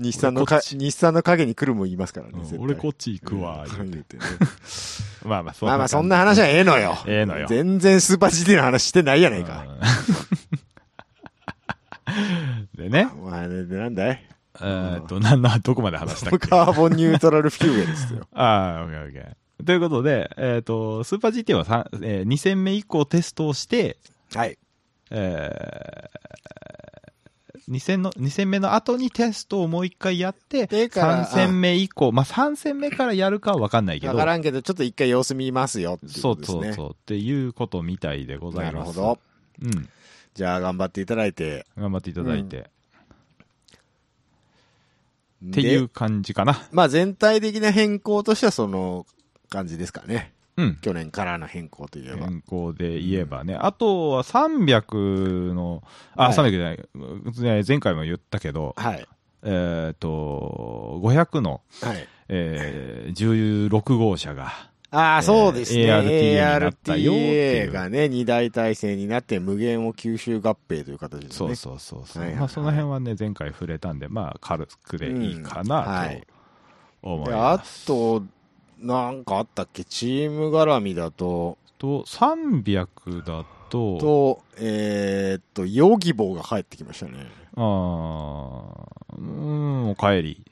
[SPEAKER 2] 日産のか
[SPEAKER 1] 俺こっち
[SPEAKER 2] 日産の影に来るも言いますからね
[SPEAKER 1] 当な
[SPEAKER 2] 絶対。
[SPEAKER 1] うん俺こっち行くわ。
[SPEAKER 2] うん言うてね
[SPEAKER 1] まあまあ、そ
[SPEAKER 2] まあまあそんな話はええのよ。
[SPEAKER 1] ええのよ
[SPEAKER 2] 全然スーパー GT の話してないやないか。
[SPEAKER 1] うんでね、
[SPEAKER 2] お前ね、なんだい
[SPEAKER 1] えーっと、なんな、どこまで話したっけ
[SPEAKER 2] カーボンニュートラルフューエルですよ。
[SPEAKER 1] ああ、オッケーオッケー。ということで、えーっと、スーパー GT はさ、えー2戦目以降テストをして、
[SPEAKER 2] はい。
[SPEAKER 1] えー、2戦の、2戦目の後にテストをもう一回やって、
[SPEAKER 2] てか
[SPEAKER 1] 3戦目以降、まあ3戦目からやるかは分かんないけ
[SPEAKER 2] わ
[SPEAKER 1] ど、
[SPEAKER 2] からんけど、ちょっと一回様子見ますよっていう
[SPEAKER 1] そ
[SPEAKER 2] こと
[SPEAKER 1] う
[SPEAKER 2] ですね。
[SPEAKER 1] そうそう、っていうことみたいでござ
[SPEAKER 2] ないる
[SPEAKER 1] ま
[SPEAKER 2] ほ
[SPEAKER 1] す。
[SPEAKER 2] ど。
[SPEAKER 1] うん。
[SPEAKER 2] じゃあ頑張っていただいて。
[SPEAKER 1] 頑張っていただいて。
[SPEAKER 2] っ
[SPEAKER 1] っていう。感じかな。
[SPEAKER 2] まあ全体的な変更としてはその感じですかね。
[SPEAKER 1] うん。
[SPEAKER 2] 去年からの変更といえば。
[SPEAKER 1] 健康で言えばね。あとは300の、あ、
[SPEAKER 2] はい
[SPEAKER 1] 300じゃないね、前回も言ったけど、
[SPEAKER 2] はい。
[SPEAKER 1] えっ、と、500の、
[SPEAKER 2] はい。
[SPEAKER 1] えー、16号車が、
[SPEAKER 2] ああ、そうですね。
[SPEAKER 1] ARTA になったよっていう
[SPEAKER 2] ARTA がね、二大体制になって無限を吸収合併という形です
[SPEAKER 1] そ
[SPEAKER 2] ね
[SPEAKER 1] う。そうそうそう、
[SPEAKER 2] はいはいはい
[SPEAKER 1] まあ、その辺はね前回触れたんでまあ軽くでいいか
[SPEAKER 2] うん
[SPEAKER 1] な
[SPEAKER 2] はい
[SPEAKER 1] と思い
[SPEAKER 2] で
[SPEAKER 1] ま
[SPEAKER 2] あ
[SPEAKER 1] す、
[SPEAKER 2] と、なんかあったっけチーム絡みだと、
[SPEAKER 1] と300だと
[SPEAKER 2] と、えーっと、ヨギボーが帰ってきましたね。
[SPEAKER 1] あーうーんおかえり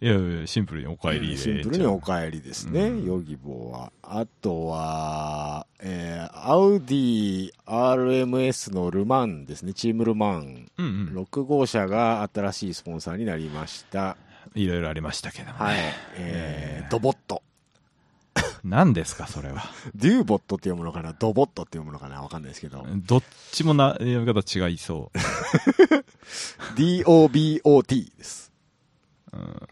[SPEAKER 1] いやいや、シンプルにお帰りで。
[SPEAKER 2] シンプルにお帰りですね、
[SPEAKER 1] うん
[SPEAKER 2] ヨギボーは。あとは、えーアウディ RMS のルマンですね、チームルマン。
[SPEAKER 1] うんうん。
[SPEAKER 2] 6号車が新しいスポンサーになりました。
[SPEAKER 1] いろいろありましたけども。
[SPEAKER 2] はい。えードボット。
[SPEAKER 1] 何ですか、それは。
[SPEAKER 2] デューボットっていうものかな、ドボットっていうものかな、わかんないですけど。
[SPEAKER 1] どっちもな、読み方違いそう
[SPEAKER 2] DOBOT です。
[SPEAKER 1] うん。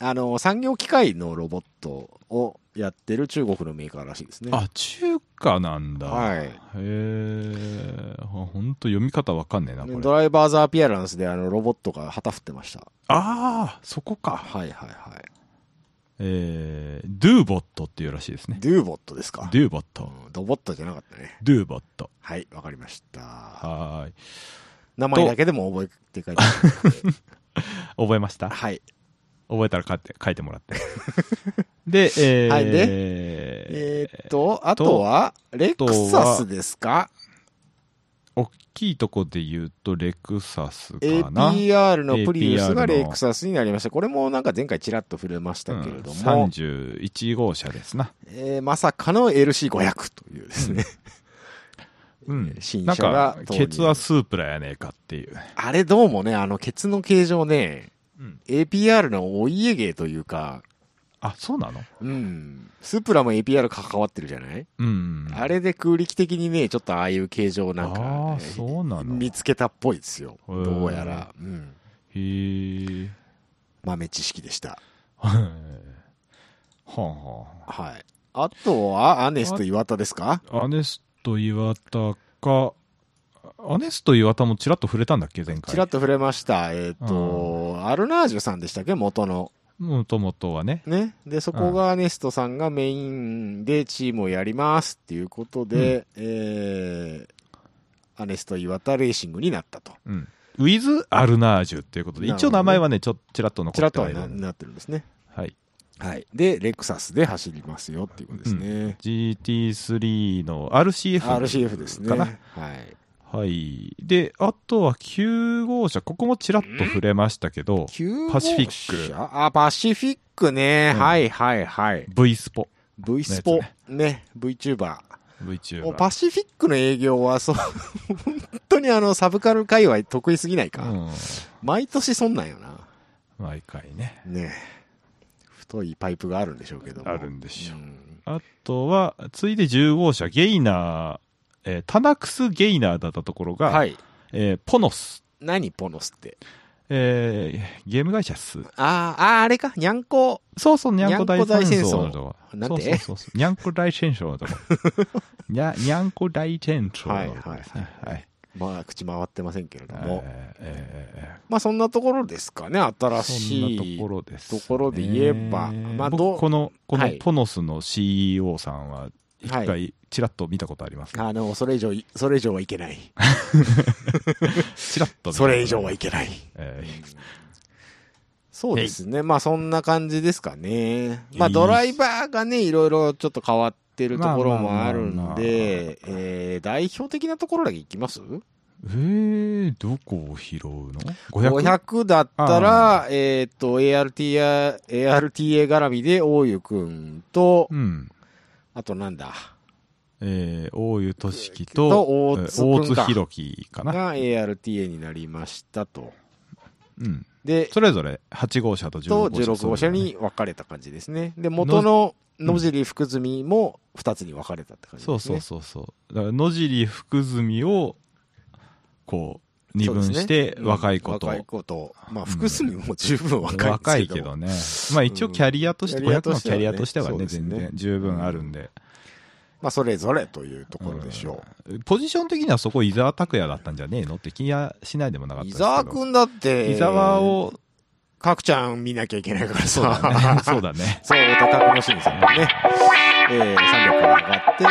[SPEAKER 2] あの、産業機械のロボットをやってる中国のメーカーらしいですね。
[SPEAKER 1] あ、中華なんだ。
[SPEAKER 2] はい
[SPEAKER 1] へえ。あほんと読み方わかんねえな、こ
[SPEAKER 2] ド
[SPEAKER 1] れ。
[SPEAKER 2] ライバーズアピアランスであのロボットが旗振ってました。
[SPEAKER 1] ああ、そこか。
[SPEAKER 2] はいはいはい。
[SPEAKER 1] えー、ドゥーボットっていうらしいですね。
[SPEAKER 2] デューボットですか。
[SPEAKER 1] ドゥーボッ
[SPEAKER 2] う
[SPEAKER 1] ト。
[SPEAKER 2] んドボットじゃなかったね。
[SPEAKER 1] ドゥーボット。
[SPEAKER 2] はい、わかりました。
[SPEAKER 1] はーい。
[SPEAKER 2] 名前だけでも覚えて帰ってき。
[SPEAKER 1] 覚えましたた
[SPEAKER 2] はい。
[SPEAKER 1] 覚えたら書いて書いても らって。で、えー、
[SPEAKER 2] はいで
[SPEAKER 1] え
[SPEAKER 2] えーっと、あとは、レクサスですか
[SPEAKER 1] 大きいとこで言うと、レクサスかな。
[SPEAKER 2] ?APR のプリウス
[SPEAKER 1] APR の
[SPEAKER 2] がレクサスになりました。これもなんか前回ちらっと触れまし
[SPEAKER 1] う
[SPEAKER 2] た
[SPEAKER 1] ん
[SPEAKER 2] けれども、
[SPEAKER 1] 31号車ですな。
[SPEAKER 2] えーまさかの LC500 というですね、
[SPEAKER 1] うん。
[SPEAKER 2] 新
[SPEAKER 1] なん
[SPEAKER 2] 車が
[SPEAKER 1] か
[SPEAKER 2] 投、入
[SPEAKER 1] ケツはスープラやねえかっていう。
[SPEAKER 2] あれどうもね、あの、ケツの形状ね、
[SPEAKER 1] うん。
[SPEAKER 2] APR のお家芸というか、
[SPEAKER 1] あ、そうなの
[SPEAKER 2] うん、スプラも APR 関わってるじゃない、
[SPEAKER 1] うん。
[SPEAKER 2] あれで空力的にね、ちょっとああいう形状なんかね、
[SPEAKER 1] あーそうなの
[SPEAKER 2] 見つけたっぽいですよ。
[SPEAKER 1] へー
[SPEAKER 2] どうやら。うん。
[SPEAKER 1] へ え。
[SPEAKER 2] 豆知識でした。
[SPEAKER 1] はあは
[SPEAKER 2] はい。あとは、アネスト岩田ですか
[SPEAKER 1] あ。アネスト岩田か、アネスト岩田もちらっと触れたんだっけ、前回。
[SPEAKER 2] ちらっと触れました。えっ、と、アルナージュさんでしたっけ元の。
[SPEAKER 1] もともとはね。
[SPEAKER 2] ね。で、そこがアネストさんがメインでチームをやりますっていうことで、えーアネスト岩田レーシングになったと。
[SPEAKER 1] うん。ウィズ・アルナージュっていうことで、
[SPEAKER 2] なるほ
[SPEAKER 1] 一
[SPEAKER 2] どね
[SPEAKER 1] 応名前はね、ちょ、ちらっと
[SPEAKER 2] ち
[SPEAKER 1] 残
[SPEAKER 2] らっ
[SPEAKER 1] って
[SPEAKER 2] と
[SPEAKER 1] は
[SPEAKER 2] はい
[SPEAKER 1] る
[SPEAKER 2] ななってるんですね。
[SPEAKER 1] はい。
[SPEAKER 2] はい。で、レクサスで走りますよっていうことですね。
[SPEAKER 1] GT3 の RCF。
[SPEAKER 2] RCF ですね。
[SPEAKER 1] か
[SPEAKER 2] は。
[SPEAKER 1] ないはい。で、あとは9号車、ここもちらっと触れましたけど、パシフィック
[SPEAKER 2] ク。あ、パシフィックね。
[SPEAKER 1] うん
[SPEAKER 2] はいはいはい。
[SPEAKER 1] V スポ、
[SPEAKER 2] V スポ、ね、VTuber。もう
[SPEAKER 1] VTuber。
[SPEAKER 2] パシフィックの営業は、そう、本当にあの、サブカル界隈得意すぎないか。
[SPEAKER 1] うん。
[SPEAKER 2] 毎年そんなんよな。
[SPEAKER 1] 毎回ね。
[SPEAKER 2] ねえ太いパイプがあるんでしょうけども。
[SPEAKER 1] あるんでしょうんあとは、ついで10号車、ゲイナー、えータナクス・ゲイナーだったところが、
[SPEAKER 2] はい。
[SPEAKER 1] えーポノス、
[SPEAKER 2] 何ポノスって。
[SPEAKER 1] えーゲーム会社っす。
[SPEAKER 2] あーあー、あれか、にゃんこ。
[SPEAKER 1] そうそう、にゃんこ大戦
[SPEAKER 2] にゃんこ大戦
[SPEAKER 1] 争
[SPEAKER 2] 争
[SPEAKER 1] のとこ。
[SPEAKER 2] なんて
[SPEAKER 1] そうそうそう。にゃんこ大戦争の とこ。にゃ、にゃんこ大戦争のとこですね。はい。
[SPEAKER 2] まあ、口回ってませんけれど
[SPEAKER 1] え
[SPEAKER 2] も。
[SPEAKER 1] ーえ
[SPEAKER 2] まあ、そんなところですかね、新
[SPEAKER 1] ー
[SPEAKER 2] し
[SPEAKER 1] そん
[SPEAKER 2] い。
[SPEAKER 1] なところです、
[SPEAKER 2] ところで言えばまあ
[SPEAKER 1] 僕
[SPEAKER 2] どう
[SPEAKER 1] この、こ
[SPEAKER 2] は
[SPEAKER 1] の
[SPEAKER 2] い
[SPEAKER 1] ポノスの CEO さんは、一
[SPEAKER 2] は
[SPEAKER 1] 回、ちらっと見たことありますか、
[SPEAKER 2] あの、それ以上い、それ以上はいけない。
[SPEAKER 1] ちらっと見たことあります。
[SPEAKER 2] それ以上はいけない。
[SPEAKER 1] えー
[SPEAKER 2] そうですね。まあ、そんな感じですかね。まあ、ドライバーがね、いろいろちょっと変わってるところもある
[SPEAKER 1] まあまあまあま
[SPEAKER 2] ん
[SPEAKER 1] あ
[SPEAKER 2] で、えー代表的なところだけいきます
[SPEAKER 1] えー、どこを拾うの ?500?
[SPEAKER 2] 500だったら、えーっと、ARTA、ARTA 絡みで、大湯くんと
[SPEAKER 1] う、ん。
[SPEAKER 2] あとなんだ、
[SPEAKER 1] えー、大湯俊樹
[SPEAKER 2] と
[SPEAKER 1] と、
[SPEAKER 2] 大
[SPEAKER 1] え
[SPEAKER 2] 津く
[SPEAKER 1] ー
[SPEAKER 2] ん
[SPEAKER 1] 大
[SPEAKER 2] か
[SPEAKER 1] 津弘樹かな。
[SPEAKER 2] が ARTA になりましたと。
[SPEAKER 1] うん。
[SPEAKER 2] で、
[SPEAKER 1] それぞれ8号車と16
[SPEAKER 2] と
[SPEAKER 1] 号車。
[SPEAKER 2] 16号車に分かれた感じですね。で、元の
[SPEAKER 1] の
[SPEAKER 2] 野尻福住も2つに分かれたって感じです
[SPEAKER 1] そ
[SPEAKER 2] ね。
[SPEAKER 1] うそうそうそう。だから野尻福住を、こう、二分
[SPEAKER 2] そう
[SPEAKER 1] し
[SPEAKER 2] で
[SPEAKER 1] て
[SPEAKER 2] すね
[SPEAKER 1] 若い子
[SPEAKER 2] う
[SPEAKER 1] と。
[SPEAKER 2] ん若い子と。まあ、福住も十分若いんですけど。
[SPEAKER 1] 若いけどね。まあ一応キャリアとして、
[SPEAKER 2] うん
[SPEAKER 1] 500のキャリアとしては
[SPEAKER 2] そう
[SPEAKER 1] ね、
[SPEAKER 2] ですね
[SPEAKER 1] 全然十分あるんで。
[SPEAKER 2] まあ、それぞれというところでしょ
[SPEAKER 1] ポジション的にはそこ伊沢拓也だったんじゃねえのって気がしないでもなか
[SPEAKER 2] う。伊
[SPEAKER 1] ったですけど。
[SPEAKER 2] 沢くんだって、
[SPEAKER 1] 伊沢、を、
[SPEAKER 2] かくちゃん見なきゃいけないからさ。
[SPEAKER 1] そうだね。 そうだね。
[SPEAKER 2] そう、太田角の清水さんもね、えー、300から上がって、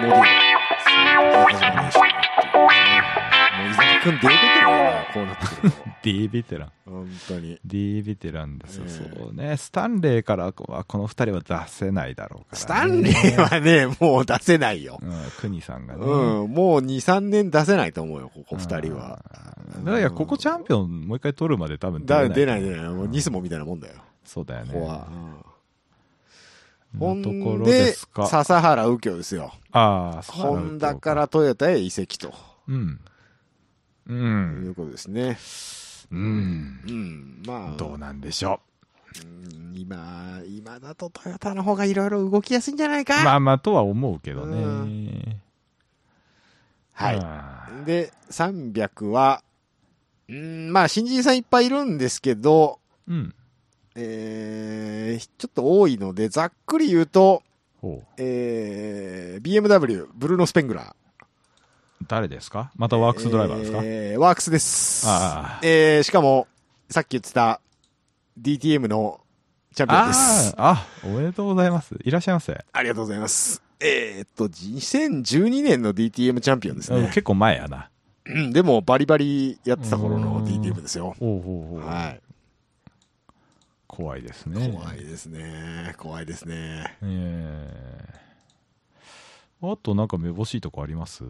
[SPEAKER 2] モディを始めましたっていうね。もう伊沢くん出てくるから、こうなってくると。
[SPEAKER 1] 大ベテラン
[SPEAKER 2] 本当に。
[SPEAKER 1] 大ベテランですよ、
[SPEAKER 2] ええ
[SPEAKER 1] そうねスタンレーからはこの二人は出せないだろう
[SPEAKER 2] ス
[SPEAKER 1] か
[SPEAKER 2] タ
[SPEAKER 1] ら
[SPEAKER 2] ン
[SPEAKER 1] ね、
[SPEAKER 2] レーはね、もう出せないよ。
[SPEAKER 1] うん、国さんがね、
[SPEAKER 2] うん、もう2、3年出せないと思うよ、ここ2人は。
[SPEAKER 1] うん。だからいやここチャンピオンもう一回取るまで多分出
[SPEAKER 2] だ
[SPEAKER 1] れ
[SPEAKER 2] 出
[SPEAKER 1] ない
[SPEAKER 2] ない出ない、もうニスモみたいなもんだよ、
[SPEAKER 1] そうだよね
[SPEAKER 2] ここは。うんほ
[SPEAKER 1] のとこ
[SPEAKER 2] ん
[SPEAKER 1] ろ
[SPEAKER 2] で、
[SPEAKER 1] ですか
[SPEAKER 2] 笹原右京ですよ。
[SPEAKER 1] ああ
[SPEAKER 2] ホンダからトヨタへ移籍と
[SPEAKER 1] うんう
[SPEAKER 2] い
[SPEAKER 1] ん
[SPEAKER 2] うことですね。
[SPEAKER 1] うん
[SPEAKER 2] うん、まあ、
[SPEAKER 1] どうなんでしょ
[SPEAKER 2] うん今、今だとトヨタの方がいろいろ動きやすいんじゃないうか。
[SPEAKER 1] まあまあとは思うけどね、
[SPEAKER 2] うはい。
[SPEAKER 1] あー
[SPEAKER 2] で、300は、うん、まあ、新人さんいっぱいいるんですけど、
[SPEAKER 1] うん
[SPEAKER 2] えー、ちょっと多いので、ざっくり言うと、
[SPEAKER 1] ほう
[SPEAKER 2] えー、BMW、ブルーノ・スペングラー。
[SPEAKER 1] 誰ですかまたワークスドライバーですか、
[SPEAKER 2] えーワークスです。
[SPEAKER 1] ああ
[SPEAKER 2] えー、しかも、さっき言ってた DTM のチャンピオンで
[SPEAKER 1] あ
[SPEAKER 2] す。あ
[SPEAKER 1] ああおめでとうございますいらっしゃいませ、
[SPEAKER 2] りがとうございます。えー、っと、2012年の DTM チャンピオンです
[SPEAKER 1] うん
[SPEAKER 2] ね。
[SPEAKER 1] 結構前やな
[SPEAKER 2] うん、でも、バリバリやってた頃
[SPEAKER 1] う
[SPEAKER 2] の
[SPEAKER 1] ん
[SPEAKER 2] DTM ですよ。
[SPEAKER 1] おうおうおう
[SPEAKER 2] はい。
[SPEAKER 1] 怖いですね
[SPEAKER 2] 怖いですね。怖いですね。
[SPEAKER 1] ええあとなんかめぼしいとこあります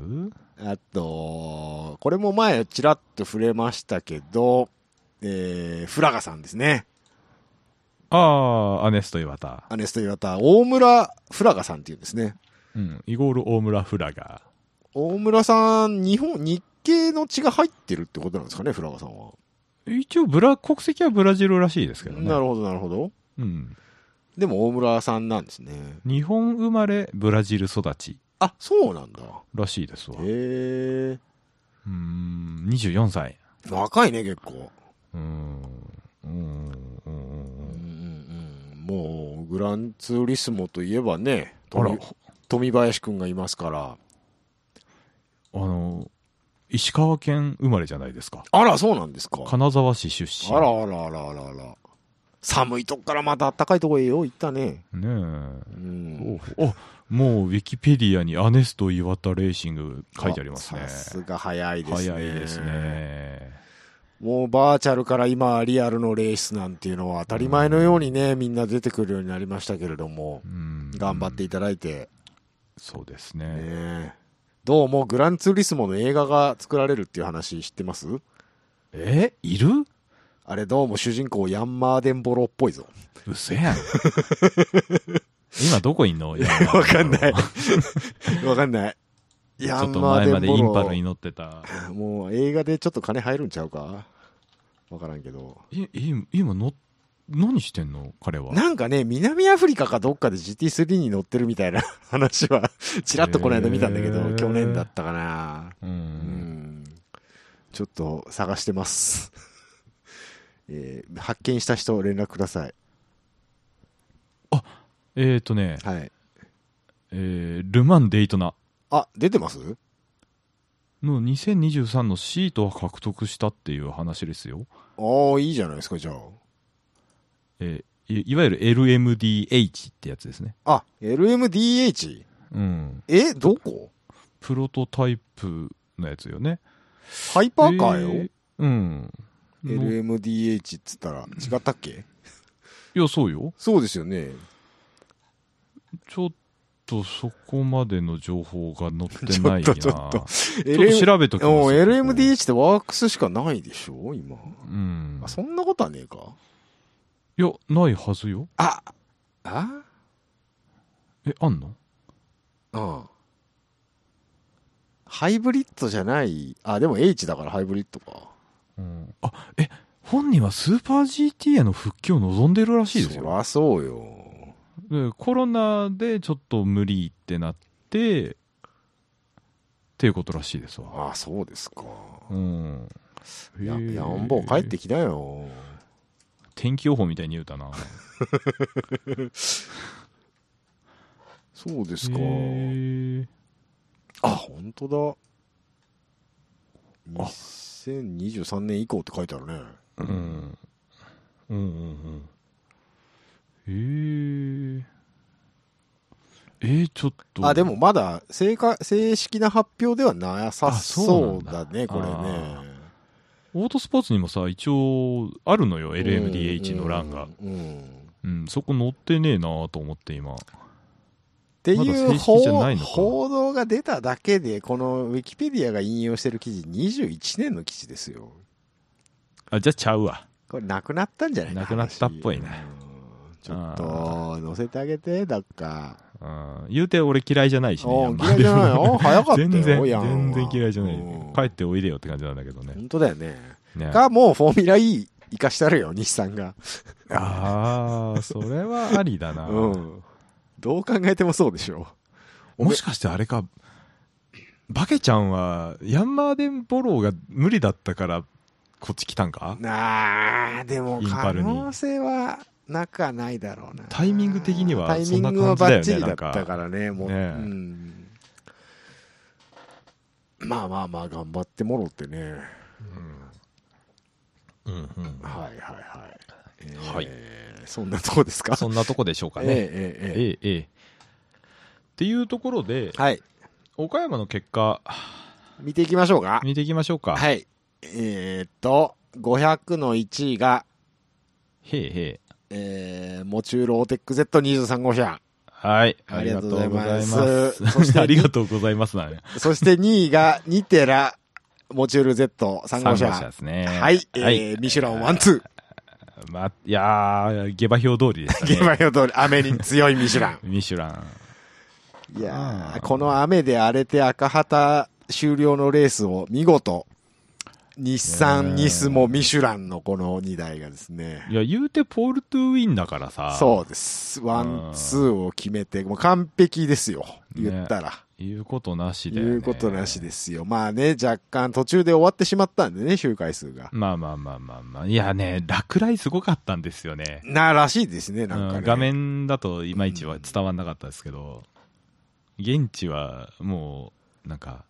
[SPEAKER 2] あと、これも前ちらっと触れましたけど、えー、フラガさんですね。
[SPEAKER 1] ああアネスト岩田、
[SPEAKER 2] アネスト岩田、大村フラガさんっていうんですね。
[SPEAKER 1] うん、イゴール大村フラガ
[SPEAKER 2] 大村さん、日本、日系の血が入ってるってことなんですかね、フラガさんは。
[SPEAKER 1] ー一応ブラ国籍はブラジルらしいですけどね
[SPEAKER 2] なるほど、なるほど。
[SPEAKER 1] うん、
[SPEAKER 2] でも大村さんなんですね。
[SPEAKER 1] 日本生まれブラジル育ち
[SPEAKER 2] あ、そうなんだ。
[SPEAKER 1] らしいですわう
[SPEAKER 2] へえ。
[SPEAKER 1] ーん24歳
[SPEAKER 2] 若いね、結構。
[SPEAKER 1] うーんう
[SPEAKER 2] う
[SPEAKER 1] ーんうー
[SPEAKER 2] ん
[SPEAKER 1] ん
[SPEAKER 2] うんうん。もう、グランツーリスモといえばね、
[SPEAKER 1] あら
[SPEAKER 2] 富富林くんがいますから。
[SPEAKER 1] あの石川県生まれじゃないですか
[SPEAKER 2] あら、そうなんですか。
[SPEAKER 1] 金沢市出身
[SPEAKER 2] あらあらあらあらあら。寒いとこからまた暖かいとこへよう行ったね。
[SPEAKER 1] ねえ
[SPEAKER 2] うん。
[SPEAKER 1] おおもうウィキペディアにアネスト岩田レーシング書いてありますね
[SPEAKER 2] さすが早いですね。
[SPEAKER 1] 早いです。ね
[SPEAKER 2] もうバーチャルから今リアルのレースなんていうのは当たり前のようにね、みんな出てくるようになりましたけれども
[SPEAKER 1] う、ん
[SPEAKER 2] 頑張っていただいて、
[SPEAKER 1] そうですね
[SPEAKER 2] ねどうもグランツーリスモの映画が作られるっていう話知ってます
[SPEAKER 1] えいる
[SPEAKER 2] あれどうも主人公ヤンマーデンボロっぽい ぞ。
[SPEAKER 1] う せやん今どこいんの
[SPEAKER 2] わ
[SPEAKER 1] わ
[SPEAKER 2] かんない。わかんない。
[SPEAKER 1] ち
[SPEAKER 2] ヤ
[SPEAKER 1] ょっ
[SPEAKER 2] ン
[SPEAKER 1] と
[SPEAKER 2] マ
[SPEAKER 1] 前
[SPEAKER 2] ー
[SPEAKER 1] ま
[SPEAKER 2] デ
[SPEAKER 1] で
[SPEAKER 2] ンボ
[SPEAKER 1] インパル
[SPEAKER 2] ロ
[SPEAKER 1] に。乗ってた
[SPEAKER 2] もう映画でちょっと金入るんちゃうかわからんけど。
[SPEAKER 1] いい今の何してんの彼は
[SPEAKER 2] なんかね、南アフリカかどっかで GT3 に乗ってるみたいな 話は、ちらっとこの間見たんだけ
[SPEAKER 1] へ
[SPEAKER 2] ど、
[SPEAKER 1] ー
[SPEAKER 2] 去年だったかな。
[SPEAKER 1] う
[SPEAKER 2] うんん。ちょっと探してます。 えー発見した人連絡ください。
[SPEAKER 1] えっ、ー、とね、
[SPEAKER 2] はい。
[SPEAKER 1] えール・マン・デイトナ
[SPEAKER 2] あ、出てます
[SPEAKER 1] の2023のシートは獲得したっていう話ですよ、
[SPEAKER 2] ああ、いいじゃないですか、じゃ
[SPEAKER 1] えーいいわゆる LMDH ってやつですね
[SPEAKER 2] あ。あ、LMDH?
[SPEAKER 1] うん
[SPEAKER 2] え、どこ
[SPEAKER 1] プロトタイプのやつよね
[SPEAKER 2] ハイパーカーよ
[SPEAKER 1] え、ーうんの
[SPEAKER 2] ?LMDH っつったら、違ったっけ
[SPEAKER 1] いやそうよ
[SPEAKER 2] そうですよね。
[SPEAKER 1] ちょっとそこまでの情報が載って
[SPEAKER 2] ちょっと
[SPEAKER 1] ないな
[SPEAKER 2] ちょっと
[SPEAKER 1] ちょっと調べときます
[SPEAKER 2] おう
[SPEAKER 1] よ
[SPEAKER 2] LMDH ってワークスしかないでしょ今。
[SPEAKER 1] うん
[SPEAKER 2] あ、そんなことはねえか
[SPEAKER 1] いやないはずよ
[SPEAKER 2] ああ
[SPEAKER 1] えあんの
[SPEAKER 2] うん。ハイブリッドじゃない。あ、でも H だからハイブリッドか。
[SPEAKER 1] うんあえ本人はスーパー GT への復帰を望んでるらしいです
[SPEAKER 2] そ
[SPEAKER 1] よ
[SPEAKER 2] らそうよ。
[SPEAKER 1] でコロナでちょっと無理ってなってっていうことらしいですわ
[SPEAKER 2] あ、そうですか。
[SPEAKER 1] うん
[SPEAKER 2] や、
[SPEAKER 1] へえ
[SPEAKER 2] やんぼう帰ってきなよ。
[SPEAKER 1] 天気予報みたいに言うたな
[SPEAKER 2] そうで
[SPEAKER 1] へ
[SPEAKER 2] すか。
[SPEAKER 1] え
[SPEAKER 2] あ、本当だ。
[SPEAKER 1] あ
[SPEAKER 2] 2023年以降って書いてあるね。
[SPEAKER 1] うんうんうんうんへええー、ちょっと
[SPEAKER 2] あ、でもまだ正か正式な発表ではなさ
[SPEAKER 1] あそう
[SPEAKER 2] そ
[SPEAKER 1] な
[SPEAKER 2] うん
[SPEAKER 1] だ
[SPEAKER 2] だね、これね
[SPEAKER 1] あ。オートスポーツにもさ、一応あるのよ、LMDH の欄が。
[SPEAKER 2] うんうん
[SPEAKER 1] うん、そこ載ってねえなと思って今。
[SPEAKER 2] って
[SPEAKER 1] まだ
[SPEAKER 2] いう
[SPEAKER 1] 正式じゃない
[SPEAKER 2] 報
[SPEAKER 1] のか
[SPEAKER 2] 報道が出ただけで、このウィキペディアが引用してる記事、21年の記事ですよ。
[SPEAKER 1] あ、じゃあちゃうわ。
[SPEAKER 2] これ、なくなったんじゃない
[SPEAKER 1] なくなったっぽいな。
[SPEAKER 2] 話ちょっと、載せてあげて、だっか。
[SPEAKER 1] うん、言うて俺嫌いじゃないしね。
[SPEAKER 2] お
[SPEAKER 1] ヤン
[SPEAKER 2] う
[SPEAKER 1] マ
[SPEAKER 2] 嫌いじゃないの早かったよ、
[SPEAKER 1] 全然、
[SPEAKER 2] ヤン
[SPEAKER 1] 全
[SPEAKER 2] は
[SPEAKER 1] 然嫌いじゃない
[SPEAKER 2] うん。
[SPEAKER 1] 帰っておいでよって感じなんだけどね。
[SPEAKER 2] 本当だよね。
[SPEAKER 1] ね
[SPEAKER 2] か、もうフォーミュラ E 生かしたるよ、西さんが。
[SPEAKER 1] ああ、それはありだな。
[SPEAKER 2] うん。どう考えてもそうでしょ。
[SPEAKER 1] もしかしてあれか、バケちゃんは、ヤンマーデンボローが無理だったから、こっち来たんか
[SPEAKER 2] なあ、でも
[SPEAKER 1] インパ
[SPEAKER 2] 可
[SPEAKER 1] ルに
[SPEAKER 2] 能性はなくはないだろうな。
[SPEAKER 1] タイミング的には
[SPEAKER 2] タイミングはバッチリだったからね、もう。
[SPEAKER 1] ねえ
[SPEAKER 2] うんまあまあまあ、頑張ってもろってね。
[SPEAKER 1] うんうん。
[SPEAKER 2] はいはいはい。えー
[SPEAKER 1] はい
[SPEAKER 2] そんなとこですか
[SPEAKER 1] そんなとこでしょうか
[SPEAKER 2] え
[SPEAKER 1] ね。
[SPEAKER 2] ええええ
[SPEAKER 1] ええ、ええ。っていうところで、
[SPEAKER 2] えはい。
[SPEAKER 1] 岡山の結果、
[SPEAKER 2] 見ていきましょうか。
[SPEAKER 1] 見ていきましょうか。い。
[SPEAKER 2] はい。えーっと、500の1位が、
[SPEAKER 1] へえへえ。
[SPEAKER 2] えー、モチューローテック Z23 号車。
[SPEAKER 1] はい。
[SPEAKER 2] ありがとうございます
[SPEAKER 1] ありがとうございます
[SPEAKER 2] そして
[SPEAKER 1] ありがとうございますなね。
[SPEAKER 2] そして2位 が、ニテラ、モチュール Z3 号
[SPEAKER 1] 三
[SPEAKER 2] 車。
[SPEAKER 1] ですね。
[SPEAKER 2] はい、えー、ミシュランワンツ
[SPEAKER 1] まあ、いやー、下馬評通りでした
[SPEAKER 2] ー。
[SPEAKER 1] ね。
[SPEAKER 2] 現場用通り、雨に強いミシュ ラ
[SPEAKER 1] ミシュラン。
[SPEAKER 2] ン。いや
[SPEAKER 1] う
[SPEAKER 2] ー、
[SPEAKER 1] ん
[SPEAKER 2] この雨で荒れて赤旗終了のレースを見事、日
[SPEAKER 1] う
[SPEAKER 2] 産、
[SPEAKER 1] ん
[SPEAKER 2] ニスモ、ミシュランのこの2台がですね
[SPEAKER 1] い、や、言うてポールトゥーウィンだからさ。
[SPEAKER 2] そうです。ワン、ツーを決めて、もう完璧ですよ。
[SPEAKER 1] ね
[SPEAKER 2] 言ったら。
[SPEAKER 1] 言うことなしで、
[SPEAKER 2] 言うことなし
[SPEAKER 1] で。
[SPEAKER 2] ですよ。まあね、若干途中で終わってしまったんでね、周回数が。
[SPEAKER 1] まあまあまあまあまあ。いやね、落雷すごかったんですよね。
[SPEAKER 2] な、らしいですね、なんかね、
[SPEAKER 1] うん画面だといまいちは伝わんなかったですけど、現地はもう、なんか、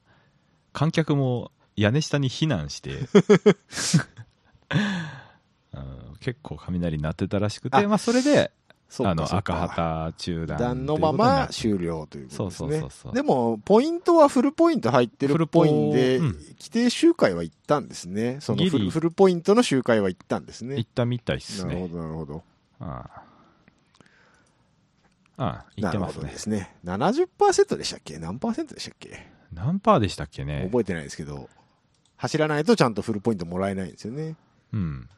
[SPEAKER 1] 観客も屋根下に避 難して、うん結構雷鳴ってたらしくて、
[SPEAKER 2] あ
[SPEAKER 1] まあそれで、
[SPEAKER 2] そうか
[SPEAKER 1] あの
[SPEAKER 2] そう
[SPEAKER 1] 赤
[SPEAKER 2] か
[SPEAKER 1] 旗中断
[SPEAKER 2] 段の
[SPEAKER 1] というこ
[SPEAKER 2] ま
[SPEAKER 1] とになっ
[SPEAKER 2] ま終了ということですね。
[SPEAKER 1] そうそうそうそう
[SPEAKER 2] でも、ポイントはフルポイント入ってるっぽいんで、
[SPEAKER 1] フルポうん
[SPEAKER 2] 規定周回は行ったんですね。そのフ
[SPEAKER 1] ギ
[SPEAKER 2] ル
[SPEAKER 1] リ
[SPEAKER 2] フルポイントの周回は行ったんです
[SPEAKER 1] 行
[SPEAKER 2] ね
[SPEAKER 1] っ。たみたいです
[SPEAKER 2] なるほ
[SPEAKER 1] ね。
[SPEAKER 2] ど、なるほど。
[SPEAKER 1] ああああ行
[SPEAKER 2] な
[SPEAKER 1] って
[SPEAKER 2] る
[SPEAKER 1] ま
[SPEAKER 2] ほ
[SPEAKER 1] す
[SPEAKER 2] ど
[SPEAKER 1] ね
[SPEAKER 2] で。すね。70%でしたっけ何パーセントでしたっけ、
[SPEAKER 1] 何パーでしたっけね。
[SPEAKER 2] 覚えてないですけど、走らないとちゃんとフルポイントもらえないんですよね。
[SPEAKER 1] うん。